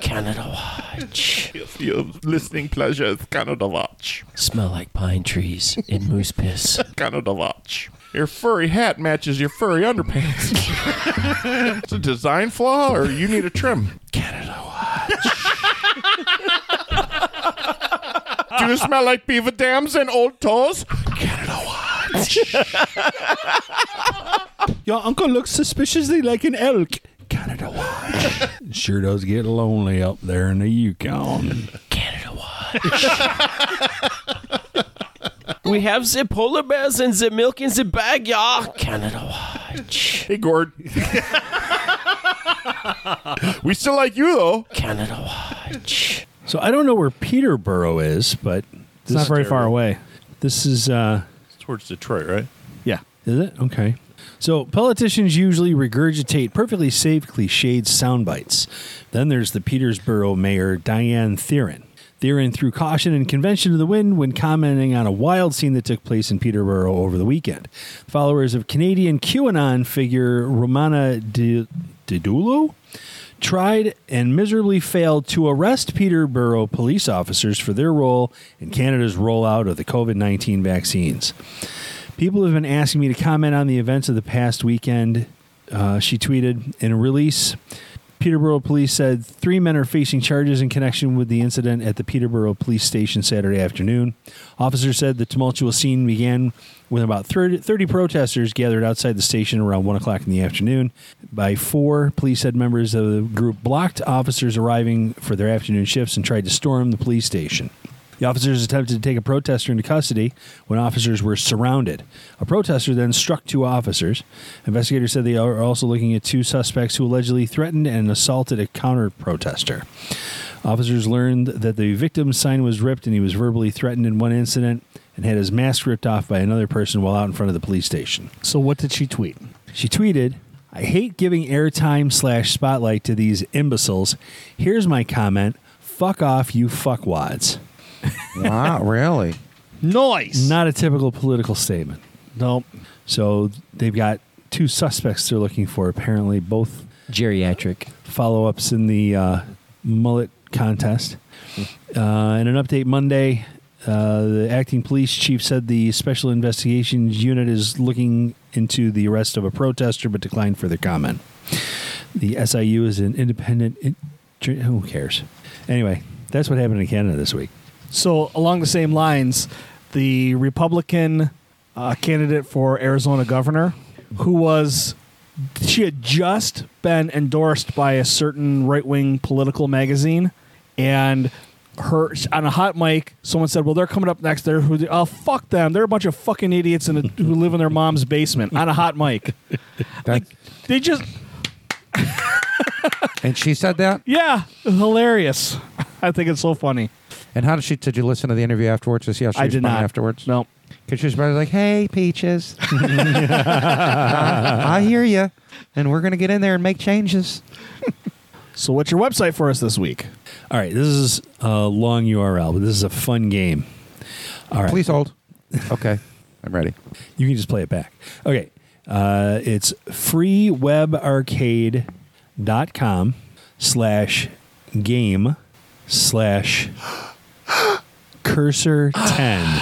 S8: Canada Watch.
S5: Your listening pleasure is Canada Watch.
S8: Smell like pine trees and moose piss.
S5: Canada Watch. Your furry hat matches your furry underpants. it's a design flaw, or you need a trim. Canada Watch. Do you smell like beaver dams and old toes? Canada Watch.
S4: Your uncle looks suspiciously like an elk.
S5: Canada Watch.
S4: Sure does get lonely up there in the Yukon.
S8: Canada Watch. we have the polar bears and the milk in the bag, y'all. Canada Watch.
S5: Hey, Gord. we still like you, though.
S8: Canada Watch.
S4: So I don't know where Peterborough is, but
S1: It's not very far away.
S4: this is uh
S5: It's towards Detroit, right?
S1: Yeah.
S4: Is it? Okay. So politicians usually regurgitate perfectly safe cliched sound bites. Then there's the Petersboro mayor, Diane Theron. Theron threw caution and convention to the wind when commenting on a wild scene that took place in Peterborough over the weekend. Followers of Canadian QAnon figure Romana Di- Didulo tried and miserably failed to arrest Peterborough police officers for their role in Canada's rollout of the COVID 19 vaccines. People have been asking me to comment on the events of the past weekend. Uh, she tweeted in a release. Peterborough police said three men are facing charges in connection with the incident at the Peterborough police station Saturday afternoon. Officers said the tumultuous scene began when about 30, 30 protesters gathered outside the station around 1 o'clock in the afternoon. By 4, police said members of the group blocked officers arriving for their afternoon shifts and tried to storm the police station. The officers attempted to take a protester into custody when officers were surrounded. A protester then struck two officers. Investigators said they are also looking at two suspects who allegedly threatened and assaulted a counter protester. Officers learned that the victim's sign was ripped and he was verbally threatened in one incident and had his mask ripped off by another person while out in front of the police station.
S1: So, what did she tweet?
S4: She tweeted, I hate giving airtime slash spotlight to these imbeciles. Here's my comment Fuck off, you fuckwads.
S3: Wow, really?
S1: Noise.
S4: Not a typical political statement.
S1: nope.
S4: So they've got two suspects they're looking for, apparently, both
S8: Geriatric.
S4: follow ups in the uh, mullet contest. Uh, in an update Monday, uh, the acting police chief said the special investigations unit is looking into the arrest of a protester but declined further comment. The SIU is an independent. In- who cares? Anyway, that's what happened in Canada this week.
S1: So, along the same lines, the Republican uh, candidate for Arizona governor, who was, she had just been endorsed by a certain right wing political magazine, and her on a hot mic, someone said, "Well, they're coming up next. They're who? Oh, fuck them! They're a bunch of fucking idiots in a, who live in their mom's basement on a hot mic.
S3: That,
S1: They just,
S3: and she said that.
S1: yeah, hilarious. I think it's so funny.
S3: And how did she? Did you listen to the interview afterwards to see how she
S1: I did
S3: responded
S1: not
S3: afterwards?
S1: No,
S3: Because she was probably like, "Hey, peaches, I, I hear you, and we're gonna get in there and make changes."
S1: So, what's your website for us this week?
S4: All right, this is a long URL, but this is a fun game. All right.
S3: Please hold. Okay. I'm ready.
S4: You can just play it back. Okay. Uh, it's freewebarcade.com slash game slash cursor 10.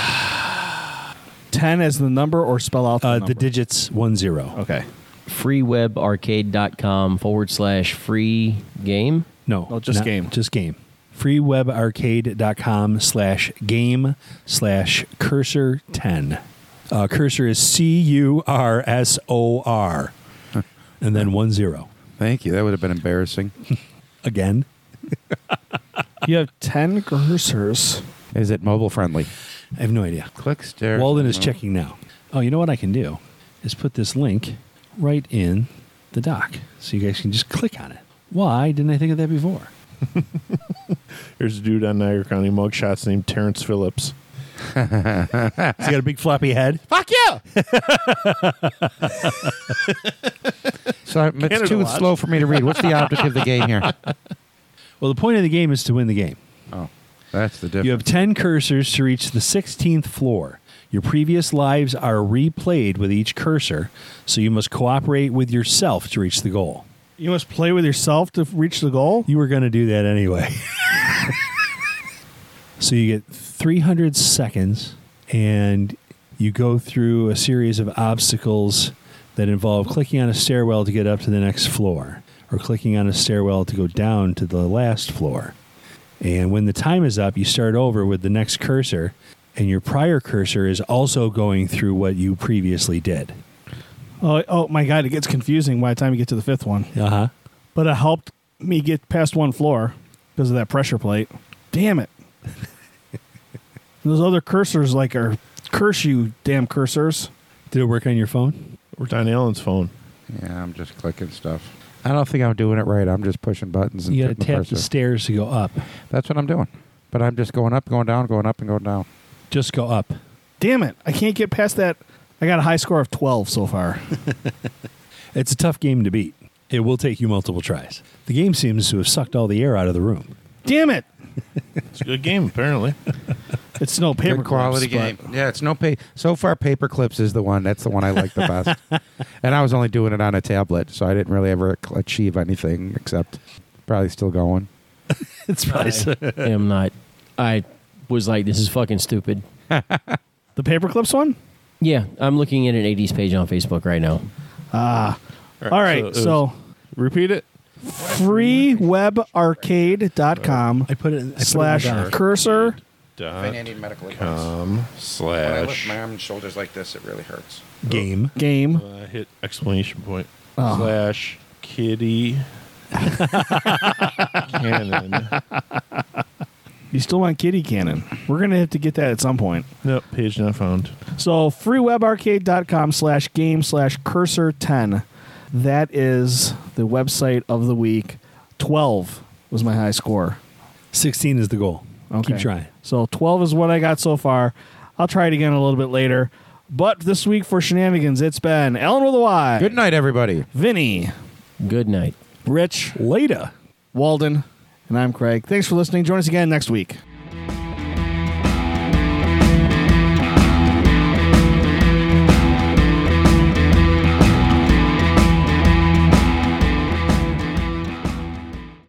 S1: 10 as the number or spell out the
S4: Uh,
S1: number? Oh,
S4: the digits 1 0.
S1: okay.
S2: freewebarcade.com forward slash free game.
S4: No.
S1: No, just game.
S4: Just game. Freewebarcade.com slash game slash cursor 10. Uh, cursor is C U R S O R. And then 1 0.
S3: Thank you. That would have been embarrassing.
S4: Again.
S1: You have 10 cursors.
S3: Is it mobile friendly?
S4: I have no idea.
S3: Click stare.
S4: Walden is
S3: No.
S4: checking now. Oh, you know what I can do? Is put this link right in the doc so you guys can just click on it. Why didn't I think of that before?
S5: There's a dude on Niagara County mugshots named Terrence Phillips.
S4: He's got a big floppy head.
S5: Fuck you!
S3: So I- it's
S5: Canada
S3: too
S5: Watch.
S3: slow for me to read. What's the object of the game here?
S4: Well, the point of the game is to win the game.
S3: Oh, that's the difference.
S4: You have 10 cursors to reach the 16th floor. Your previous lives are replayed with each cursor, so you must cooperate with yourself to reach the goal.
S1: You must play with yourself to reach the goal?
S4: You were going to do that anyway. so you get 300 seconds and you go through a series of obstacles that involve clicking on a stairwell to get up to the next floor or clicking on a stairwell to go down to the last floor. And when the time is up, you start over with the next cursor and your prior cursor is also going through what you previously did.
S1: Oh, oh my God, it gets confusing by the time you get to the fifth one.
S4: Uh-huh.
S1: But it helped me get past one floor because of that pressure plate. Damn it. Those other cursors, like, are curse you, damn cursors.
S4: Did it work on your phone?
S5: We're Don Allen's phone.
S3: yeah, I'm just clicking stuff. I don't think I'm doing it right. I'm just pushing buttons and
S4: You got to
S3: tipping
S4: tap
S3: cursor.
S4: the stairs to go up.
S3: That's what I'm doing. But I'm just going up, going down, going up, and going down.
S4: Just go up.
S1: Damn it. I can't get past that. I got a high score of 12 so far.
S4: It's a tough game to beat. It will take you multiple tries. The game seems to have sucked all the air out of the room.
S1: damn it.
S5: It's a good game, apparently.
S1: It's no paper
S3: Good quality
S1: clips, but-
S3: game. Yeah, it's no pay. So far, paper clips is the one. That's the one I like the best. and I was only doing it on a tablet, so I didn't really ever ac- achieve anything except probably still going.
S4: It's probably
S2: I am not. I was like, this is fucking stupid.
S1: The paper clips one?
S2: Yeah, I'm looking at an 80s page on Facebook right now.
S1: All right.
S5: it
S1: So,
S5: repeat it.
S3: uh,
S1: freewebarcade.com
S4: I put it. I
S1: slash
S4: Put it in the doc.
S1: cursor.
S5: Dot
S3: medical
S5: com slash.
S3: arms and shoulders like this, it really hurts.
S4: game.
S1: game.
S5: Uh, hit exclamation point
S1: Uh-huh.
S5: slash kitty cannon.
S1: You still want kitty cannon. We're going to have to get that at some point.
S5: Nope, page not found.
S1: So freewebarcade.com slash game slash cursor 10. That is the website of the week. 12 was my high score.
S4: Sixteen is the goal.
S1: Okay.
S4: Keep trying.
S1: So 12 is what I got so far. I'll try it again a little bit later. But this week for shenanigans, it's been Ellen with a Y,
S3: Good night, everybody.
S1: Vinny,
S2: Good night.
S1: Rich,
S4: Later.
S1: Walden, and I'm Craig. Thanks for listening. Join us again next week.